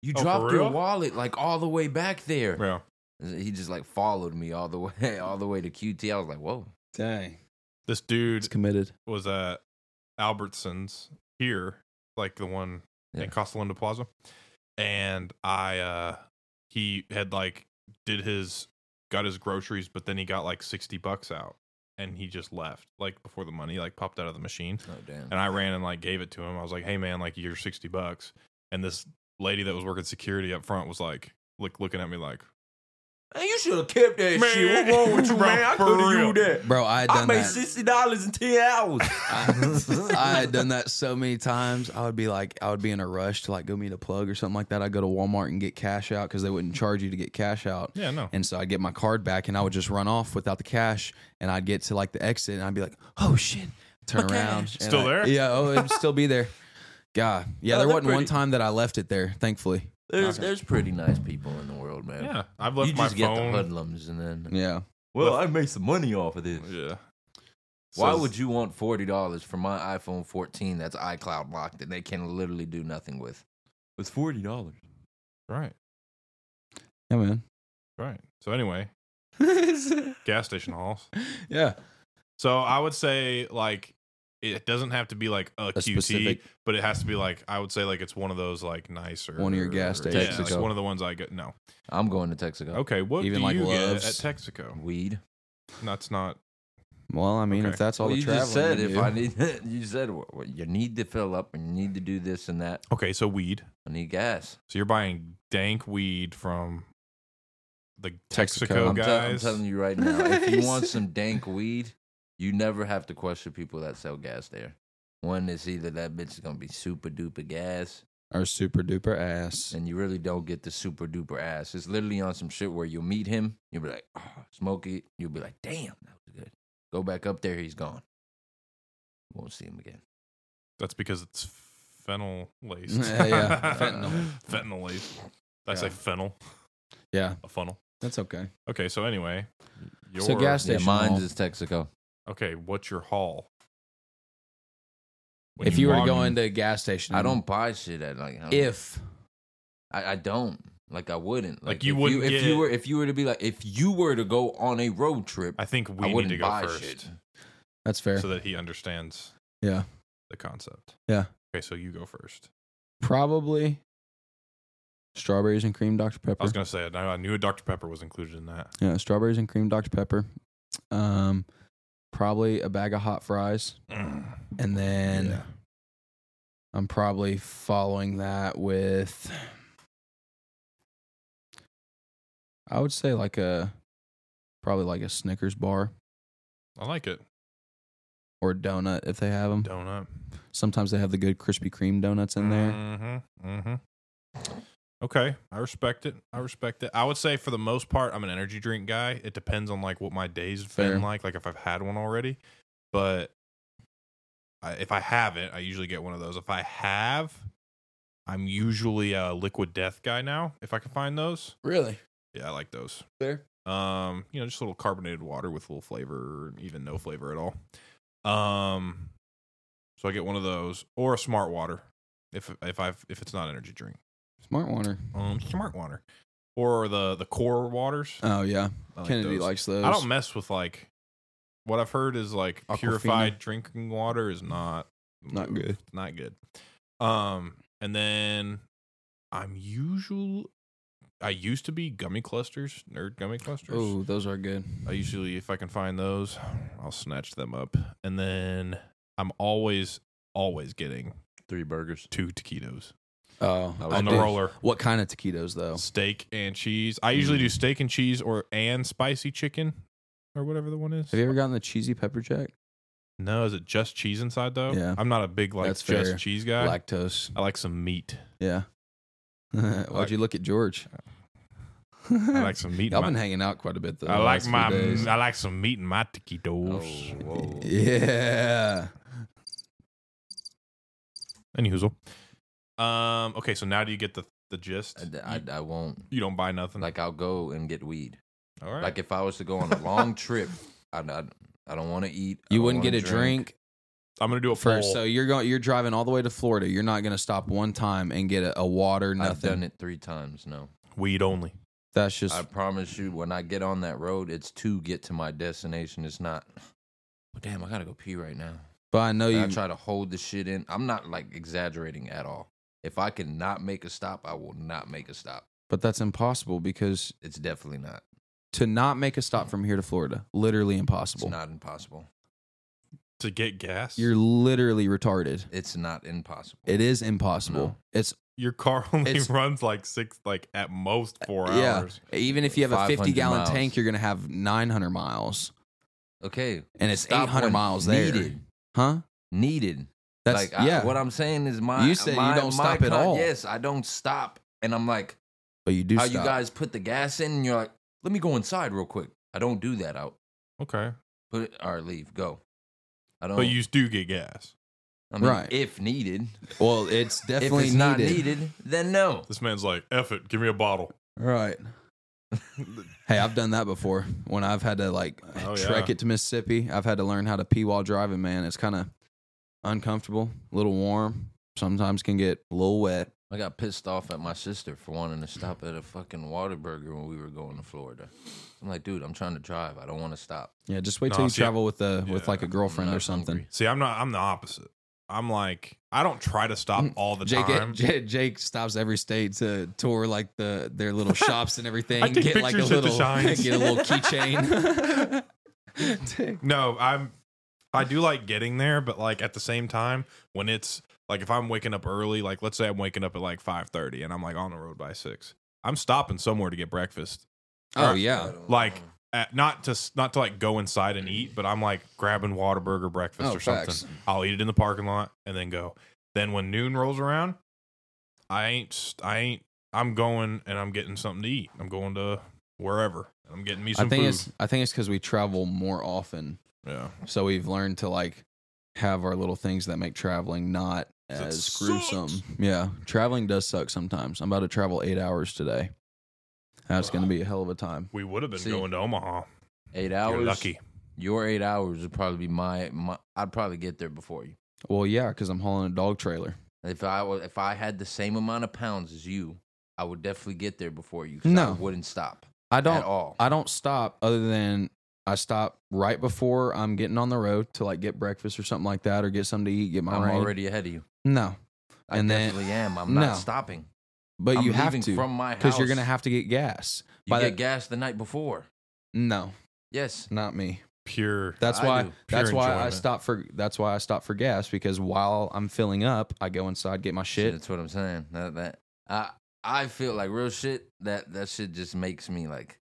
C: you
A: Oh, for
C: dropped your
A: real?
C: wallet like all the way back there."
A: Yeah.
C: He just like followed me all the way, all the way to QT. I was like, "Whoa,
B: Dang.
A: This dude
B: It's committed.
A: was at Albertsons here, like the one
C: Yeah.
A: in Costa Linda Plaza. And I uh he had like did his got his groceries, but then he got like sixty bucks out and he just left like before the money like popped out of the machine.
C: oh damn!"
A: And I ran and like gave it to him. I was like, Hey man, like you're sixty bucks and this lady that was working security up front was like look looking at me like
C: Hey, you should have kept that
A: Man,
C: shit. What's wrong with you,
A: bro,
C: man? I
A: for
C: could
A: real.
C: have used that.
B: Bro, I had
C: I
B: done
C: made
B: that.
C: sixty dollars in ten hours.
B: I, I had done that so many times. I would be like, I would be in a rush to like go meet a plug or something like that. I'd go to Walmart and get cash out because they wouldn't charge you to get cash out.
A: Yeah, no.
B: And so I'd get my card back and I would just run off without the cash. And I'd get to like the exit and I'd be like, oh shit. Turn
C: My
B: around.
C: cash.
B: and
A: Still
B: I-
A: there?
B: Yeah. Oh, it'd still be there. God. Yeah.
C: Oh,
B: there
C: they're
B: wasn't one
C: pretty-
B: time that I left it there, thankfully.
C: There's, there's pretty nice people in the world, man.
A: Yeah. I've
C: you
A: left my
C: just get the
A: phone.
C: hoodlums, and then
B: Yeah.
A: Well,
C: I made some money off of this.
A: Yeah.
C: Why
A: So-
C: would you want forty dollars for my iPhone 14 that's iCloud locked and they can literally do nothing with? It's forty dollars.
A: Right,
B: Yeah, man.
A: right. So anyway, gas station hauls.
B: yeah.
A: So I would say like it doesn't have to be like a, QT,
B: specific-
A: but it has to be like I would say like it's one of those like nicer
B: One of your gas
A: yeah,
B: stations.
A: like
C: Texaco.
A: one of the ones I get. No,
C: I'm going to Texaco.
A: okay. What
B: Even
A: do
B: like
A: you
B: Love's?
A: get at Texaco?
C: Weed.
A: That's not.
B: Well, I mean,
A: Okay.
B: if that's all
C: Well,
B: the
C: you
B: traveling
C: just said
B: you
C: if
B: do-
C: I need, you said well, well, you need to fill up and you need to do this and that.
A: Okay, so weed.
C: I need gas.
A: So you're buying dank weed from the
B: Texaco.
A: Texaco,
B: I'm
C: I'm,
A: guys.
C: tell- I'm telling you right now, if you want some dank weed, you never have to question people that sell gas there. One is either that bitch is gonna be super duper gas,
B: Our super duper ass.
C: and you really don't get the super duper ass. It's literally on some shit where you'll meet him, you'll be like, oh, smoke it. You'll be like, damn, that was good. Go back up there, he's gone. Won't see him again.
A: That's because it's fennel laced.
B: Yeah, yeah, fentanyl.
A: fentanyl laced. Did I say
B: Yeah.
A: fennel,
B: Yeah,
A: a funnel.
B: that's okay.
A: Okay, so anyway, your
B: So gas
C: Yeah,
B: station.
C: mine's
B: hall.
C: is Texaco.
A: Okay, what's your haul? When
B: if you were to
A: walk-
B: go into a gas station,
C: I don't buy shit at like I don't-
B: If
C: I, I don't. Like I wouldn't.
A: Like, you
C: if
A: wouldn't
C: if
A: get-
C: you were if you were to be like if you were to go on a road trip,
A: I think we
C: I
A: need to
C: wouldn't
A: go
C: buy
A: first
C: shit.
B: that's fair.
A: so that he understands
B: yeah,
A: the concept.
B: Yeah.
A: Okay, so you go first.
B: probably strawberries and cream Dr
A: I
B: Pepper.
A: was gonna say I I knew a Dr Pepper was included in that.
B: yeah, strawberries and cream Dr Pepper. Um, probably a bag of hot fries,
A: Mm.
B: and then
A: Yeah.
B: I'm probably following that with I would say like a probably like a Snickers bar
A: I like it.
B: or a donut if they have them.
A: Donut.
B: Sometimes they have the good Krispy Kreme donuts in there.
A: Mm-hmm. Mm-hmm. Okay, I respect it. I respect it. I would say for the most part, I'm an energy drink guy. It depends on like what my day's
B: Fair.
A: been like, like if I've had one already. But I, if I haven't, I usually get one of those. If I have, I'm usually a liquid death guy now. If I can find those,
B: Really?
A: yeah, I like those.
B: Fair.
A: Um, you know, just a little carbonated water with a little flavor, or even no flavor at all. Um, so I get one of those or a smart water if if I if it's not energy drink.
B: Smart Warner.
A: Um, smart water or the the core waters.
B: Oh yeah.
A: I like
B: Kennedy
A: those.
B: likes those.
A: I don't mess with like what I've heard is like
B: Aquafina.
A: purified drinking water is not
B: Not good.
A: Not good. Um, and then I'm usual. I used to be gummy clusters, nerd gummy clusters.
B: Oh, those are good.
A: I usually, if I can find those, I'll snatch them up. And then I'm always, always getting
C: Three burgers.
A: two taquitos
B: Oh,
C: I
B: I Oh.
A: on the
B: do.
A: roller,
B: What kind of taquitos though?
A: steak and cheese. I usually
B: Mm.
A: do steak and cheese or and spicy chicken or whatever the one is.
B: Have you ever gotten the cheesy pepper jack?
A: no, is it just cheese inside though?
B: Yeah.
A: I'm not a big like
B: That's
A: just
B: fair.
A: cheese guy.
B: Lactose.
A: I like some meat.
B: Yeah. Why'd you look at George?
A: I like some meat. in
B: I've
A: my-
B: been hanging out quite a bit though.
A: I
B: the
A: like
B: last few
A: my
B: days. Oh,
A: I like some meat in my taquitos.
C: Oh, whoa.
B: Yeah.
A: Any hoozle. Um. Okay. So now do you get the the gist?
C: I, I, I won't.
A: you don't buy nothing.
C: Like, I'll go and get weed.
A: all right.
C: Like, if I was to go on a long trip, I, I, I don't want to eat. I
B: You
C: don't
B: wouldn't get
C: wanna
B: a drink
A: I'm gonna do a
B: first.
A: poll.
B: So you're going you're driving all the way to Florida. You're not gonna stop one time and get a, a water,
C: I've done
B: nothing.
C: it three times. No,
A: Weed only.
B: That's just
C: I promise you, when I get on that road, it's to get to my destination. It's not. Well, damn, I gotta go pee right now.
B: but I know
C: And I
B: you
C: try to hold the shit in. I'm not like exaggerating at all. If I can not make a stop, I will not make a stop.
B: but that's impossible because
C: It's definitely not.
B: to not make a stop from here to Florida, literally
C: It's
B: impossible.
C: not impossible.
A: to get gas.
B: You're literally retarded.
C: It's not impossible.
B: It is impossible.
C: No.
B: It's
A: your car only
B: It's- Uh,
A: runs like six, like at most four
B: Yeah.
A: hours.
B: even if you have a 50
C: 500
B: gallon
C: miles.
B: tank, you're gonna have 900 miles,
C: Okay.
B: and it's
C: Stop
B: 800
C: when
B: miles there.
C: Needed.
B: Huh?
C: Needed.
B: That's
C: like
B: yeah.
C: I, what I'm saying is my
B: You said you
C: my-
B: don't
C: my
B: stop at all.
C: Yes, I don't stop. And I'm like,
B: but you do
C: how
B: stop.
C: you guys put the gas in and you're like, let me go inside real quick. I don't do that. I'll
A: Okay,
C: put it or leave, go. I don't
A: but you do get gas.
C: I mean,
B: Right.
C: if needed.
B: well, it's definitely
C: if it's
B: needed.
C: not needed, then no.
A: This man's like, "F it, give me a bottle."
B: Right. hey, I've done that before. When I've had to like
A: Oh,
B: trek
A: yeah.
B: it to Mississippi, I've had to learn how to pee while driving. Man, it's kind of uncomfortable, a little warm. Sometimes can get a little wet.
C: I got pissed off at my sister for wanting to stop at a fucking Waterburger when we were going to Florida. I'm like, dude, I'm trying to drive. I don't want to stop.
B: Yeah, just wait
A: No,
B: till you
A: see,
B: travel with a with
A: yeah,
B: like a girlfriend
C: not
B: or something.
C: hungry.
A: See, I'm not. I'm the opposite. I'm like, I don't try to stop
B: Mm.
A: all the
B: Jake,
A: time.
B: Jake Jake stops every state to tour like the their little shops and everything.
A: I take
B: get like a
A: pictures at the
B: little
A: shines.
B: get a little keychain. Dude.
A: no, I'm. I do like getting there, but like at the same time, when it's like if I'm waking up early, like let's say I'm waking up at like five thirty, and I'm like on the road by six, I'm stopping somewhere to get breakfast.
B: oh yeah.
A: Like, at, not to s- not to like go inside and eat, but I'm like grabbing Whataburger breakfast
B: Oh,
A: or something.
B: facts.
A: I'll eat it in the parking lot and then go. Then when noon rolls around, I ain't s- I ain't I'm going and I'm getting something to eat. I'm going to wherever. and I'm getting me
B: I
A: some
B: think
A: food.
B: it's I think it's because we travel more often,
A: yeah,
B: so we've learned to like have our little things that make traveling not
A: That
B: as
A: sucks.
B: gruesome. Yeah, traveling does suck sometimes. I'm about to travel eight hours today. That's going to be a hell of a time.
A: we would have been
C: See,
A: going to Omaha.
C: eight hours.
A: You're lucky.
C: Your eight hours would probably be my, my I'd probably get there before you.
B: Well, yeah, because I'm hauling a dog trailer.
C: If I wa- if I had the same amount of pounds as you, I would definitely get there before you. 'cause
B: No.
C: I wouldn't stop
B: I
C: at
B: don't
C: all.
B: I don't stop other than I stop right before I'm getting on the road to like get breakfast or something like that, or get something to eat, get my
C: I'm
B: rain.
C: already ahead of you.
B: no,
C: I
B: And then-
C: definitely am. I'm
B: No.
C: not stopping.
B: but
C: I'm
B: you have
C: leaving
B: to
C: from my house
B: because you're gonna have to get gas.
C: you
B: by
C: get
B: the-
C: gas the night before.
B: No,
C: Yes,
B: not me.
A: pure.
B: That's
C: I
B: why.
C: do.
B: That's
A: Pure
B: why I
A: enjoyment.
B: stop for. That's why I stop for gas because while I'm filling up, I go inside, get my shit.
C: That's what I'm saying. That that I I feel like real shit. That that shit just makes me like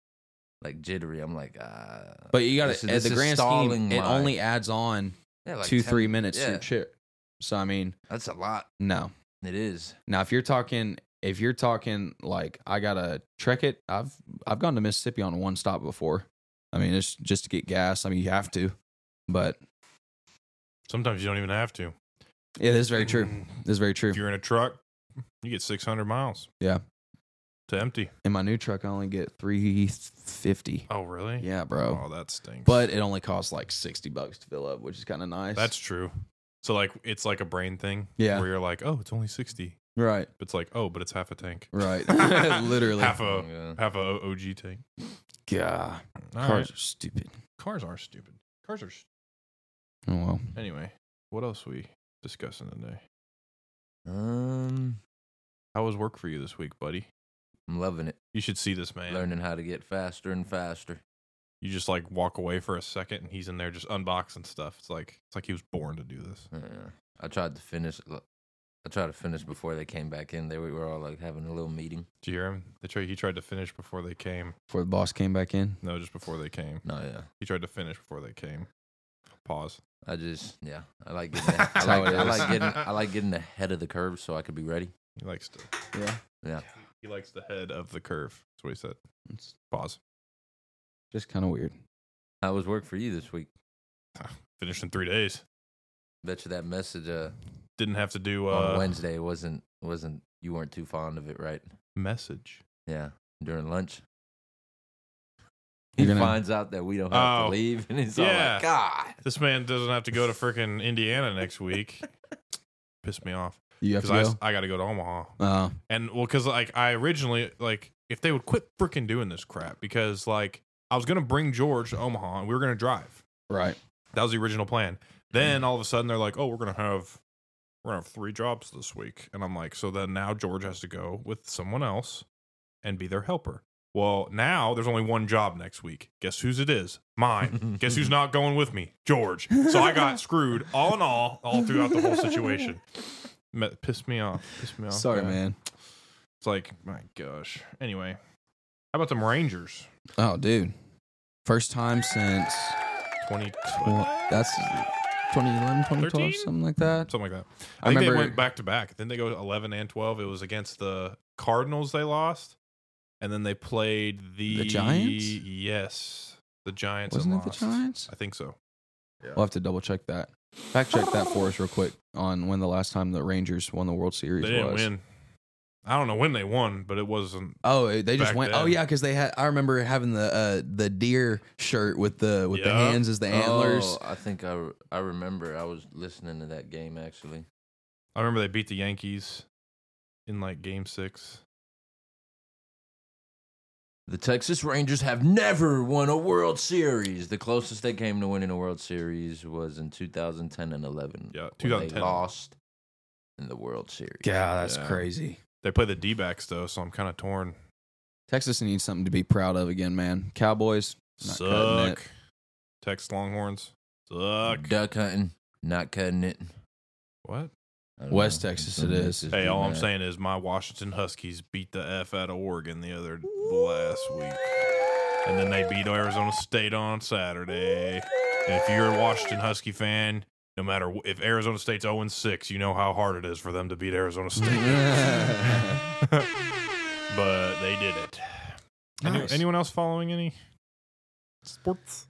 C: like jittery. I'm like, uh,
B: but you got
C: this
B: to
C: is-
B: at
C: this
B: the
C: is
B: grand
C: stalling
B: scheme, it
C: my-
B: only adds on
C: yeah, like
B: two
C: 10
B: three minutes to
C: yeah.
B: your chip. So I mean,
C: That's a lot.
B: no.
C: It is.
B: Now if you're talking, if you're talking like I gotta trek it, I've I've gone to Mississippi on one stop before. I mean, it's just to get gas. I mean, you have to, but
A: Sometimes you don't even have to.
B: yeah, this is very true. This is very true.
A: If you're in a truck, you get 600 miles.
B: Yeah.
A: To empty.
B: In my new truck, I only get three fifty.
A: Oh, really?
B: Yeah, bro.
A: Oh, that stinks.
B: but it only costs like 60 bucks to fill up, which is kind of nice.
A: that's true. So like it's like a brain thing.
B: Yeah.
A: Where you're like, oh, it's only 60.
B: right.
A: It's like, oh, but it's half a tank.
B: Right. Literally.
A: half a
C: Yeah.
A: half a O- OG tank.
B: God.
A: All
B: Cars
A: right.
B: are stupid.
A: Cars are stupid. Cars are. St-
B: Oh, well.
A: anyway, what else we discussing today?
C: Um,
A: How was work for you this week, buddy?
C: I'm loving it.
A: You should see this man.
C: Learning how to get faster and faster.
A: You just like walk away for a second, and he's in there just unboxing stuff. It's like it's like he was born to do this.
C: Yeah. I tried to finish. I tried to finish before they came back in. They were, we were all like having a little meeting.
A: Do you hear him? They tried. He tried to finish before they came.
B: Before the boss came back in.
A: No, just before they came.
C: No, yeah.
A: He tried to finish before they came. Pause.
C: I just, yeah. I like getting. ahe- I
B: That's how
C: like,
B: it
C: I
B: is.
C: like getting. I like getting ahead of the curve so I could be ready.
A: He likes to.
B: Yeah.
C: Yeah.
A: He likes the head of the curve. That's what he said.
B: It's
A: Pause.
B: just kind of weird.
C: How was work for you this week?
A: Finished in three days.
C: Bet you that message uh,
A: Didn't have to do
C: on
A: uh
C: Wednesday wasn't wasn't you weren't too fond of it, right?
A: message.
C: Yeah, during lunch. He
B: You're gonna-
C: finds out that we don't have
A: Oh.
C: to leave, and he's all
A: Yeah.
C: like, "God,
A: This man doesn't have to go to freaking Indiana next week. Pissed me off
B: You have to
A: because
B: go?
A: I, I got to go to Omaha
B: Oh,
A: and well because like I originally like if they would quit freaking doing this crap because like I was gonna bring George to Omaha and we were gonna drive.
B: right.
A: That was the original plan.
B: Mm.
A: Then all of a sudden they're like, oh, we're gonna have we're gonna have three jobs this week, and I'm like, so then now George has to go with someone else and be their helper. Well, now there's only one job next week. Guess whose it is? Mine. Guess who's not going with me? George. So I got screwed all in all, all throughout the whole situation. Me- pissed me off. Pissed me off.
B: Sorry,
A: bad.
B: man.
A: It's like, my gosh. Anyway, how about them Rangers?
B: Oh, dude. First time since
A: 20,
B: well, that's 2011, 2012,
A: 13?
B: something like that.
A: something like that. I,
B: I
A: think
B: remember-
A: they went back to back. Then they go to eleven and twelve. It was against the Cardinals. They lost, and then they played the,
B: The Giants?
A: Yes, the Giants.
B: Wasn't
A: and
B: it the
A: lost.
B: Giants?
A: I think so.
B: We'll have to double check that. Fact check that for us real quick on when the last time the Rangers won the World Series
A: They didn't
B: was.
A: win. I don't know when they won, but it wasn't.
B: Oh, it- they just
A: Back
B: went.
A: then.
B: Oh yeah, because they had. I remember having the uh, the deer shirt with the with the
A: Yeah.
B: hands as the antlers.
C: Oh, I think I re- I remember. I was listening to that game actually.
A: I remember they beat the Yankees in like Game Six.
C: The Texas Rangers have never won a World Series. The closest they came to winning a World Series was in 2010 and 11.
A: Yeah,
C: when
A: 2010.
C: They lost in the World Series.
B: God, that's
A: Yeah.
B: crazy.
A: They play the D backs though, so I'm kind of torn.
B: Texas needs something to be proud of again, man. Cowboys not cutting
A: Suck. Text Longhorns. Suck.
C: Duck hunting, not cutting it.
A: what?
C: I don't
B: West Texas it
C: Something
B: is.
C: that's
A: Hey, all I'm
C: mad.
A: saying is my Washington Huskies beat the F out of Oregon the other last week. And then they beat Arizona State on Saturday. And if you're a Washington Husky fan, no matter wh- if Arizona State's 0 6, you know how hard it is for them to beat Arizona
B: Mm-hmm.
A: State. but they did it. Any-
B: Nice.
A: anyone else following any sports?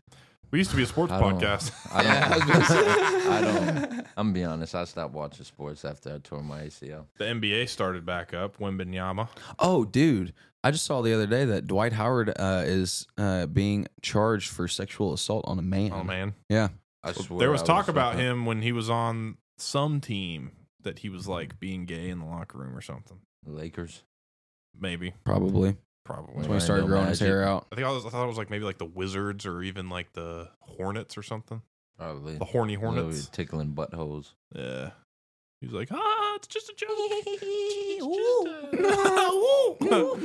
A: We used to be a sports
C: I don't-
A: podcast.
C: I don't.
B: Yeah, I was gonna say.
C: I don't. I'm gonna be honest. I stopped watching sports after I tore my ACL.
A: The NBA started back up. Wimbenyama.
B: Oh, dude, I just saw the other day that Dwight Howard uh, is uh, being charged for sexual assault on a man.
A: Oh, man.
B: Yeah.
C: I swear.
A: there was
C: I
A: talk about
C: fucking-
A: him when he was on some team that he was like being gay in the locker room or something.
C: Lakers.
A: Maybe,
B: Probably.
A: probably.
B: That's when he started growing his hair out.
A: I think I, was, I thought it was like maybe like the Wizards or even like the Hornets or something.
C: Probably.
A: The horny
B: Oh,
C: Literally
A: Hornets.
C: tickling buttholes.
A: Yeah. He was like, ah, it's just a joke. It's just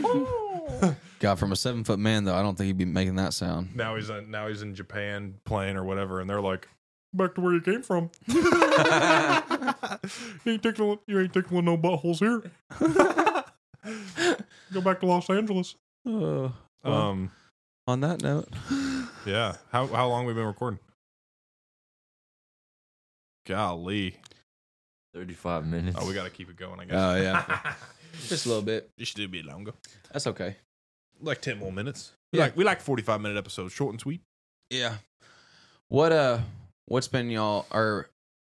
A: a-
B: God, from a seven foot man though, I don't think he'd be making that sound.
A: Now he's in, now he's in Japan playing or whatever, and they're like, "Back to where you came from. you ain't tickling, you ain't tickling no buttholes here. Uh, Go back to Los Angeles."
B: Uh,
A: Um,
B: on that note,
A: yeah. How how long we been recording? Golly.
C: 35 minutes.
A: Oh, we got to keep it going. I guess.
B: Oh, yeah. just a little bit.
A: It should be longer.
B: That's okay.
A: Like ten more minutes. We
B: Yeah.
A: like we like forty five minute episodes, short and sweet.
B: Yeah. What uh what's been y'all or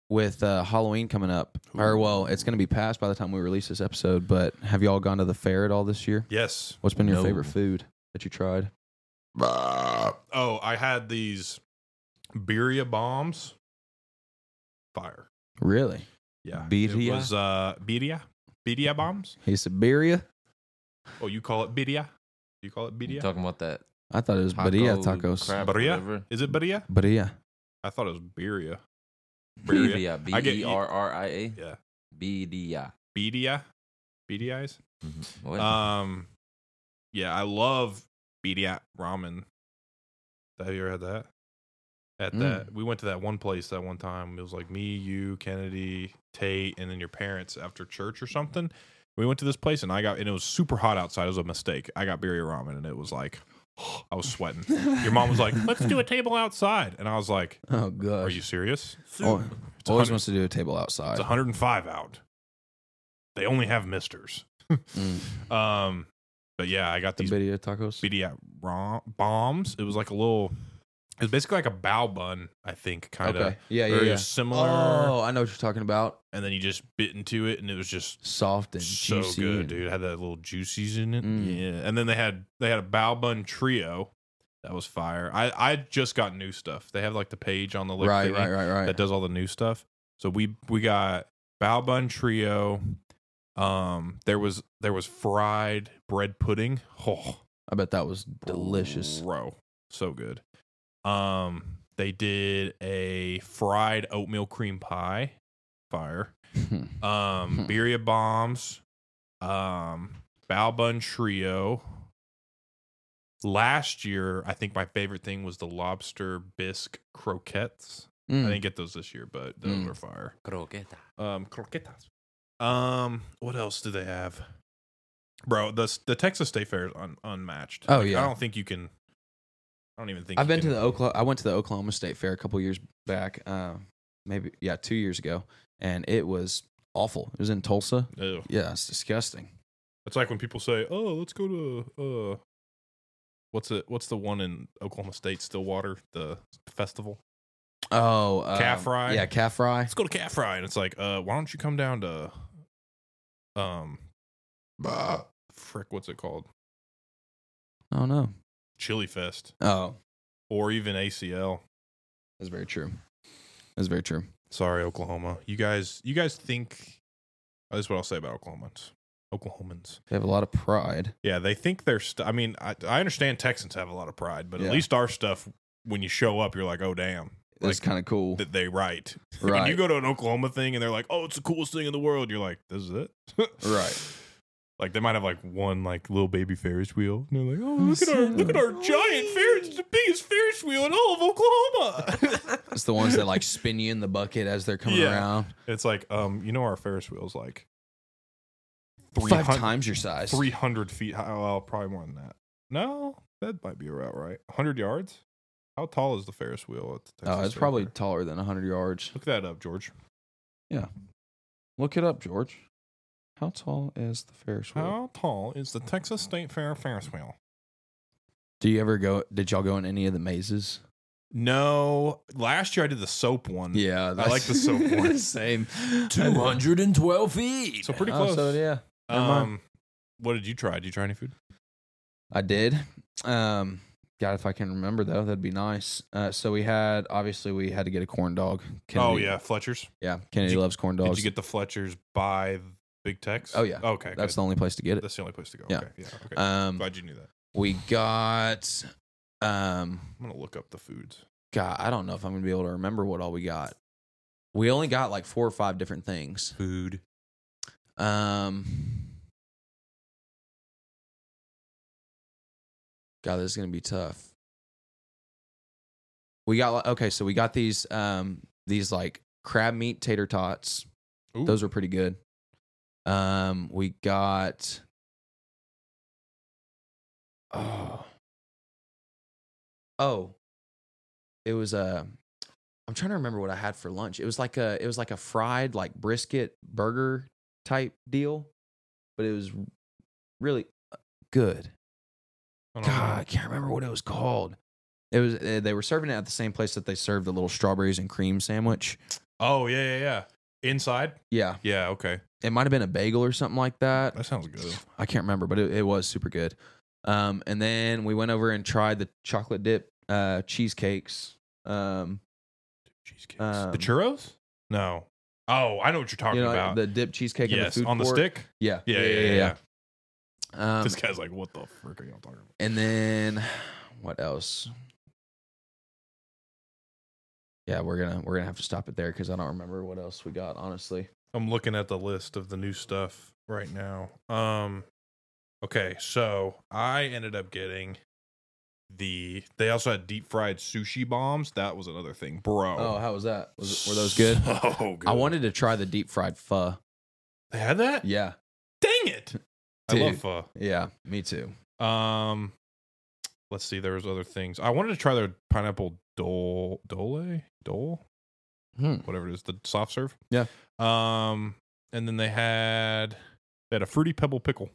B: with uh Halloween coming up? Or well, it's gonna be past by the time we release this episode, but have y'all gone to the fair at all this year?
A: Yes.
B: What's been your
C: No.
B: favorite food that you tried?
A: Oh, I had these birria bombs. Fire.
B: Really?
A: Yeah. It
B: Birria?
A: was uh birria. Birria bombs.
B: Hey Siberia?
A: Oh, you call it birria? You call it
C: You
A: birria?
C: talking about that.
B: I thought it was
C: taco
B: Badia tacos.
C: crap,
A: Birria?
C: whatever.
A: Is it birria?
B: Badia.
A: I thought it was birria. Birria.
C: Birria. B
A: I get-
C: E R R I A. E
A: Yeah.
C: Birria.
A: Birria. BDIs.
C: Mhm. What?
A: Um, yeah, I love BDAT ramen. Have you ever had that? At
B: Mm.
A: that, we went to that one place that one time. It was like me, you, Kennedy, Tate, and then your parents after church or something. We went to this place and I got, and it was super hot outside. It was a mistake. I got birria ramen and it was like, I was sweating. Your mom was like, let's do a table outside. And I was like,
B: Oh
A: are
B: gosh.
A: you serious?
B: Oh,
A: It's, 100
B: always wants to do a table outside.
A: it's 105 out. They only have misters.
B: Mm.
A: Um, but yeah, I got
B: The
A: these
B: Badia tacos.
A: BDI rom- bombs. It was like a little. It was basically like a bow bun, I think, kind of.
B: Okay. Yeah, yeah,
A: Very
B: yeah.
A: similar.
B: Oh, I know what you're talking about.
A: And then you just bit into it, and it was just
B: Soft and
A: so
B: juicy.
A: good,
B: and-
A: dude. It had that little juices in it.
B: Mm.
A: Yeah. And then they had they had a bow bun trio. That was fire. I I just got new stuff. They have like the page on the lip
B: Right,
A: thingy
B: right, right, right.
A: that does all the new stuff. So we we got bow bun trio. Um, there was there was fried bread pudding. Oh,
B: I bet that was delicious.
A: Bro. So good. Um they did a fried oatmeal cream pie. Fire. Um
B: Hmm.
A: birria bombs. Um bao bun trio. Last year, I think my favorite thing was the lobster bisque croquettes.
B: Hmm.
A: I didn't get those this year, but those
B: Mm.
A: were fire.
C: Croqueta.
A: Um, croquetas. Um, what else do they have? Bro, the the Texas State Fair is un, unmatched.
B: Oh,
A: Like,
B: yeah.
A: I don't think you can. I don't even think
B: I've
A: you
B: been to
A: can-
B: the Oklahoma. I went to the Oklahoma State Fair a couple years back. Uh, maybe yeah, two years ago, and it was awful. It was in Tulsa.
A: Ew.
B: Yeah, it's disgusting.
A: It's like when people say, "Oh, let's go to uh, what's it? What's the one in Oklahoma State, Stillwater, the festival?
B: Oh, uh,
A: Calf fry?
B: Yeah, calf fry.
A: Let's go to Cat Fry." And it's like, uh, why don't you come down to, um, frick, what's it called?
B: Oh no.
A: Chili Fest
B: Oh,
A: or even ACL.
B: that's very true. That's very true.
A: Sorry, Oklahoma. You guys, you guys think oh, this is what I'll say about Oklahomans. Oklahomans.
B: They have a lot of pride.
A: Yeah, they think they're. St- I mean, I, I understand Texans have a lot of pride, but
B: Yeah.
A: at least our stuff, when you show up, you're like, oh damn,
B: That's
A: Like,
B: kind of cool,
A: that they right. When
B: right?
A: you go to an Oklahoma thing and they're like, oh, it's the coolest thing in the world, you're like, this is it,
B: Right.
A: Like they might have like one like little baby Ferris wheel, and they're like, oh, look at our look at our giant Ferris, it's the biggest Ferris wheel in all of Oklahoma.
B: it's the ones that like spin you in the bucket as they're coming
A: Yeah.
B: around.
A: It's like, um, you know, our Ferris wheel's like
B: Five
A: 300
B: times your size.
A: 300 feet high. Well, probably more than that. No, that might be about right. 100 yards? How tall is the Ferris wheel at the Texas
B: Oh, it's
A: State
B: probably
A: Fair?
B: taller than hundred yards.
A: Look that up, George.
B: Look it up, George. How tall is the Ferris wheel?
A: How tall is the Texas State Fair Ferris wheel?
B: Do you ever go? Did y'all go in any of the mazes?
A: No, last year I did the soap one.
B: Yeah,
A: that's- like the soap one.
B: Same.
C: 212 feet.
A: Oh, So pretty close.
B: Oh, so yeah, never mind.
A: Um, what did you try? Did you try any food?
B: I did. Um, God, if I can remember though, that'd be nice. Uh, so we had obviously we had to get a corn dog.
A: Oh
B: Kennedy-
A: yeah, Fletcher's.
B: yeah. Kennedy
A: Did you-
B: loves corn dogs.
A: Did you get the Fletcher's by Big Tex?
B: Oh, yeah.
A: Okay,
B: That's
A: good.
B: the only place to get it.
A: that's the only place to go.
B: Yeah.
A: Okay, yeah. Okay.
B: Um,
A: Glad you knew that.
B: we got. Um,
A: I'm gonna look up the foods.
B: God, I don't know if I'm gonna be able to remember what all we got. We only got like four or five different things.
C: Food.
B: Um, God, this is gonna be tough. We got like, okay, so we got these um these like crab meat tater tots.
A: Ooh.
B: Those were pretty good. Um, we got oh oh, it was uh, I'm trying to remember what I had for lunch. It was like a it was like a fried like brisket burger type deal, but it was really uh, good.
A: I don't know.
B: God, I can't remember what it was called. It was uh, they were serving it at the same place that they served the little strawberries and cream sandwich.
A: Oh yeah, yeah, yeah. Inside.
B: Yeah,
A: Yeah. Okay.
B: it might have been a bagel or something like that.
A: That sounds good.
B: I can't remember, but it, it was super good. Um, and then we went over and tried the chocolate dip uh, cheesecakes. Um,
A: Cheesecakes.
B: Um,
A: the churros? No. Oh, I know what you're talking
B: you know,
A: about.
B: the dip cheesecake. in the
A: yes,
B: food
A: on the
B: court.
A: stick.
B: Yeah,
A: Yeah, yeah, yeah. yeah.
B: yeah. Um,
A: this guy's like, what the frick are y'all talking about?
B: and then what else? Yeah, we're gonna we're gonna have to stop it there because I don't remember what else we got. Honestly,
A: I'm looking at the list of the new stuff right now. Um, okay, so I ended up getting the. They also had deep fried sushi bombs. That was another thing, bro.
B: oh, how was that? Was, were those good?
A: So good.
B: I wanted to try the deep fried pho.
A: They had that.
B: Yeah,
A: Dang it! I love
B: Dude.
A: pho.
B: yeah, me too.
A: Um, let's see. There was other things. I wanted to try their pineapple dole, dole, dole,
B: Hmm.
A: whatever it is, the soft serve.
B: Yeah.
A: Um, and then they had they had a fruity pebble pickle.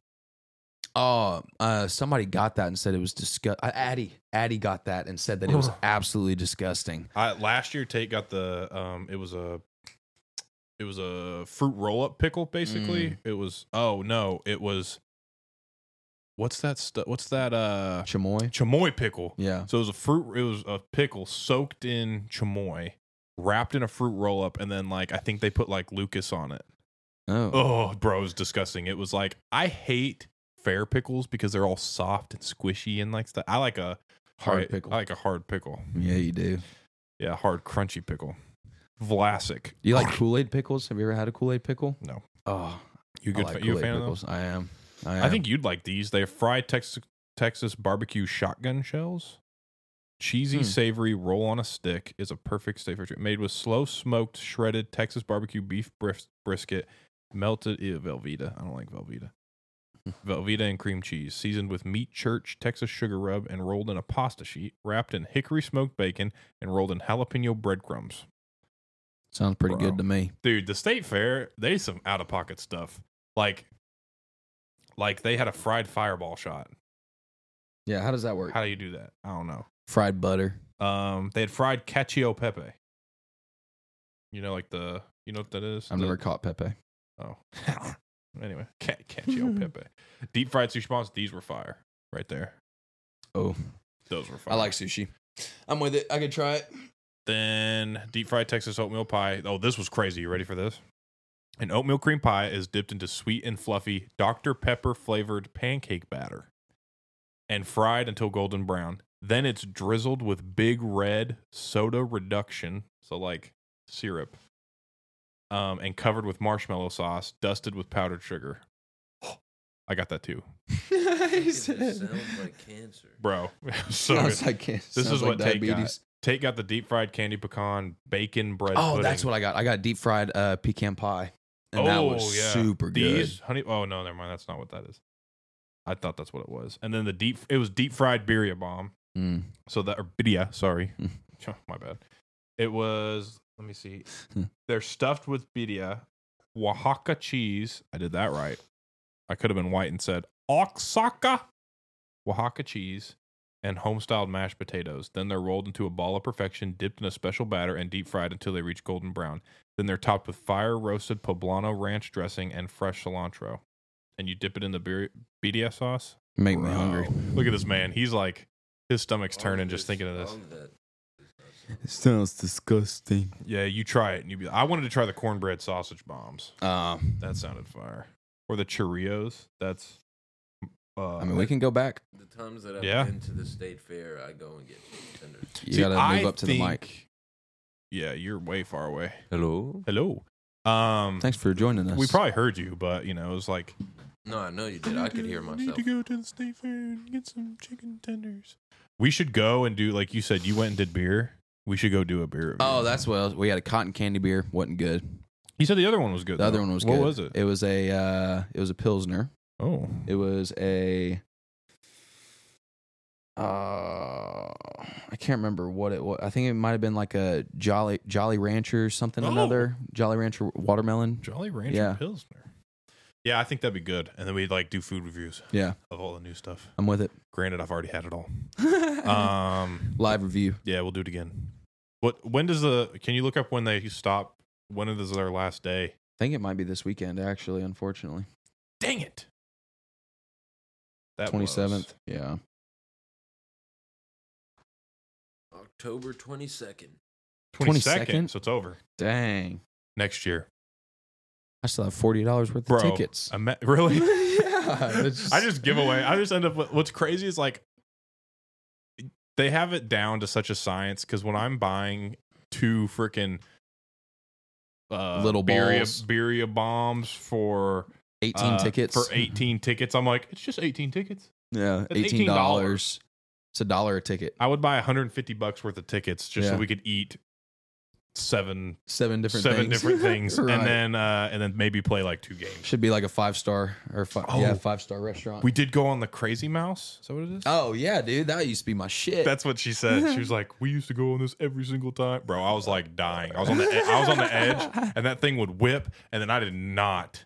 B: Oh, uh, somebody got that and said it was disgust. Uh, Addie, Addie got that and said that it was
A: Ugh.
B: absolutely disgusting.
A: I last year Tate got the um, it was a it was a fruit roll up pickle
B: Hmm.
A: basically. It was oh no, it was what's that stuff? What's that uh
B: Chamoy.
A: chamoy pickle?
B: Yeah.
A: So it was a fruit. It was a pickle soaked in chamoy, wrapped in a fruit roll up, and then like I think they put like Lucas on it.
B: Oh.
A: Oh, bro, it was disgusting. It was like I hate fair pickles because they're all soft and squishy and like stuff. I like a
B: Hard
A: I-
B: pickle.
A: I like a hard pickle.
B: Yeah, you do.
A: Yeah, hard crunchy pickle. Vlasic.
B: You like Kool Aid pickles? Have you ever had a Kool Aid pickle?
A: No.
B: Oh,
A: You
B: I
A: good?
B: like
A: you a
B: Kool-Aid
A: fan of
B: pickles.
A: those?
B: I am. I am.
A: I think you'd like these. They have fried Texas Texas barbecue shotgun shells. Cheesy,
B: Hmm.
A: savory roll on a stick is a perfect safer treat. Made with slow smoked, shredded Texas barbecue beef bris- brisket, melted ew, Velveeta. I don't like Velveeta. Velveeta and cream cheese, seasoned with meat church, Texas sugar rub, and rolled in a pasta sheet, wrapped in hickory smoked bacon, and rolled in jalapeno breadcrumbs.
B: sounds pretty
A: Bro.
B: good to me.
A: dude the state fair they some out of pocket stuff like like they had a fried fireball shot
B: Yeah. How does that work?
A: how do you do that i don't know
B: Fried butter.
A: um they had fried cacio pepe you know like the you know what that is
B: I've
A: The-
B: never caught Pepe.
A: oh anyway ca- cacio pepe deep fried sushi bombs these were fire right there
B: Oh,
A: those were fire
B: I like sushi. I'm with it. I could try it.
A: Then deep fried Texas oatmeal pie. Oh, this was crazy. You ready for this? An oatmeal cream pie is dipped into sweet and fluffy Dr. Pepper flavored pancake batter and fried until golden brown. Then it's drizzled with big red soda reduction, so like syrup, um, and covered with marshmallow sauce, dusted with powdered sugar. I got that too,
B: nice.
C: It sounds like cancer.
A: bro. so good.
B: Sounds like this
A: is what Tate got. Tate got the deep fried candy pecan bacon bread.
B: Oh,
A: pudding.
B: that's what I got. I got deep fried uh, pecan pie, and that was super good.
A: Oh, These honey. Oh no, never mind. That's not what that is. I thought that's what it was. And then the deep. It was deep fried birria bomb.
B: Mm.
A: So that or birria. Sorry,
B: Mm.
A: Huh, my bad. It was. Let me see. They're stuffed with birria, Oaxaca cheese. I did that right. I could have been white and said Oaxaca, Oaxaca cheese. And home-styled mashed potatoes. Then they're rolled into a ball of perfection, dipped in a special batter, and deep fried until they reach golden brown. Then they're topped with fire roasted poblano ranch dressing and fresh cilantro. And you dip it in the bir- birria sauce.
B: Make me
A: Bro.
B: hungry.
A: Look at this man. He's like, his stomach's
C: Wrong
A: turning
C: with
A: just
C: this,
A: thinking of this.
C: wrong with that.
B: It sounds disgusting.
A: Yeah, you try it and you be I wanted to try the cornbread sausage bombs.
B: Uh,
A: That sounded fire. Or the Cheerios. That's. Uh,
B: I mean, we can go back.
C: The times that I've
A: Yeah.
C: been to the state fair, I go and get tenders.
B: You
A: See,
B: gotta
A: I
B: move up to the mic.
A: think- Yeah, you're way far away.
C: Hello.
A: Hello. Um,
B: Thanks for joining us.
A: we probably heard you, but you know, it was like
C: No, I know you did. I could hear myself.
A: go to the state fair and get some chicken tenders. We should go and do like you said. You went and did beer. We should go do a beer. review.
B: Oh, that's what else. we had a cotton candy beer. wasn't good.
A: He said the other one was good.
B: The other
A: though.
B: one was
A: what
B: good.
A: was it?
B: It was a uh, it was a pilsner.
A: Oh,
B: It was a uh, I can't remember what it was. I think it might have been like a Jolly Jolly Rancher something
A: Oh.
B: or another. Jolly Rancher watermelon.
A: Jolly Rancher
B: Yeah.
A: Pilsner. Yeah, I think that'd be good. And then we'd like do food reviews
B: Yeah,
A: of all the new stuff.
B: I'm with it.
A: Granted, I've already had it all. Um,
B: Live review.
A: yeah, we'll do it again. What? When does the? Can you look up when they stop? When is their last day?
B: I think it might be this weekend actually, unfortunately.
A: Dang it! That
B: Twenty seventh.
A: was-
B: Yeah.
C: October 22nd.
A: 22nd.
B: 22nd?
A: So it's over
B: Dang.
A: next year.
B: I still have forty dollars worth of
A: Bro,
B: tickets.
A: I met, really?
B: yeah. it's-
A: I just give away. I just end up. With, what's crazy is like they have it down to such a science because when I'm buying two freaking uh,
B: Little
A: birria,
B: balls.
A: birria bombs for
B: eighteen
A: uh,
B: tickets
A: for eighteen tickets, I'm like, it's just eighteen tickets.
B: Yeah,
A: That's
B: eighteen
A: $18.
B: dollars. It's a dollar a ticket.
A: I would buy 150 bucks worth of tickets just so
B: Yeah.
A: we could eat seven
B: Seven different
A: seven
B: things.
A: different things,
B: Right.
A: and then uh, and then maybe play like two games.
B: should be like a five star or fi-
A: Oh.
B: yeah five star restaurant.
A: We did go on the Crazy Mouse. Is that what it is?
B: oh yeah, dude, that used to be my shit.
A: That's what she said. She was like, "We used to go on this every single time, bro." I was like dying. I was on the e- I was on the edge, and that thing would whip, and then I did not,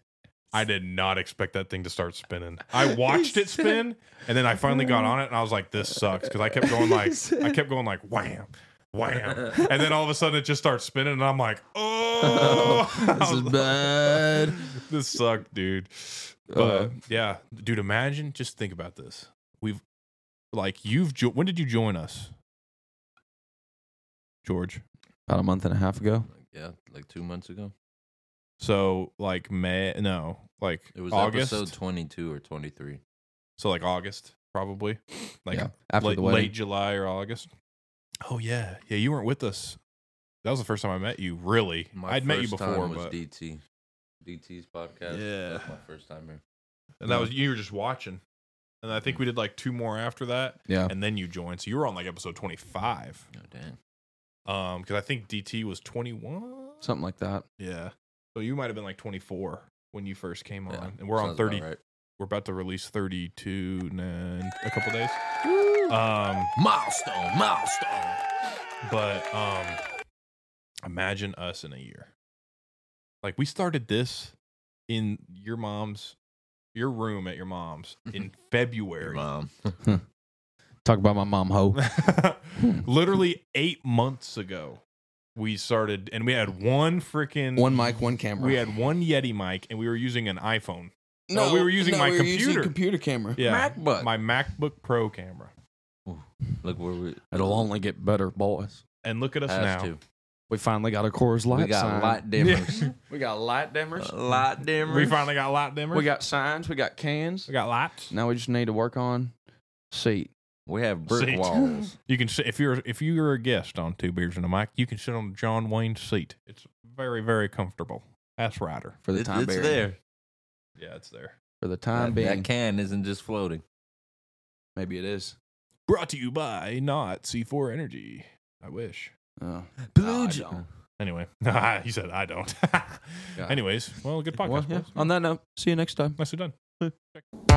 A: I did not expect that thing to start spinning. I watched it spin, and then I finally got on it, and I was like, "This sucks," because I kept going like I kept going like wham, wham, and then all of a sudden it just starts spinning, and I'm like, "Oh,
B: this is bad.
A: this sucked, dude. But
C: Uh-huh.
B: Uh,
A: yeah, dude, imagine. Just think about this. We've like you've jo- when did you join us, George?
B: About a month and a half ago.
C: Like, yeah, like two months ago.
A: So like May? No, like
C: It was
A: August.
C: episode 22 or 23.
A: So like August probably, like
B: yeah, after
A: late,
B: the wedding.
A: late July or August. Oh yeah, yeah. You weren't with us. That was the first time I met you. Really,
C: My
A: I'd met you
C: first
A: before,
C: time was
A: but
C: DT. DT's podcast.
A: Yeah.
C: That's my first time here.
A: and that was you were just watching. And I
C: Mm.
A: think we did like two more after that,
B: Yeah,
A: and then you joined. So you were on like episode twenty five.
C: Oh, dang.
A: Um, because I think DT was 21.
B: something like that.
A: Yeah. So you might have been like 24 when you first came on,
C: Yeah,
A: and we're on
C: sounds
A: 30.
C: about right.
A: We're about to release 32 in a couple days. Um,
C: Uh, Milestone, milestone.
A: but um, imagine us in a year. Like we started this in your mom's, your room at your mom's in
C: Mm-hmm. Your
A: February.
C: mom.
B: Talk about my mom hoe.
A: Literally eight months ago, we started, and we had one freaking
B: one mic, one camera.
A: We had one Yeti mic and we were using an iPhone.
B: no,
A: no, Oh, we were using my computer.
B: computer camera.
A: Yeah.
C: MacBook.
A: My MacBook Pro camera.
C: Look where we.
B: It'll only get better, boys.
A: And look at us
C: Has
A: now.
C: to.
B: We finally got a Coors Light
C: We got
B: sign.
C: light dimmers.
B: We got light dimmers.
C: light dimmers.
A: We finally got light dimmers.
B: We got signs. We got cans.
A: we got lights.
B: Now we just need to work on seat.
C: We have brick
A: Seat.
C: walls.
A: You can sit if you're if you're a guest on Two Beers and a Mic, you can sit on John Wayne's seat. It's very very comfortable. That's Ryder.
B: for the
C: It-
B: time
C: it's
B: being.
C: there.
A: Yeah, it's there.
B: For the time
C: that,
B: being,
C: that can isn't just floating.
B: maybe it is.
A: Brought to you by Not C4 Energy. I wish.
B: Oh. No, I
C: Blue
B: don't.
A: Anyway, he said I don't. Anyways, well, good podcast.
B: Well, yeah.
A: boys.
B: On that note, see you next time.
A: Nicely done.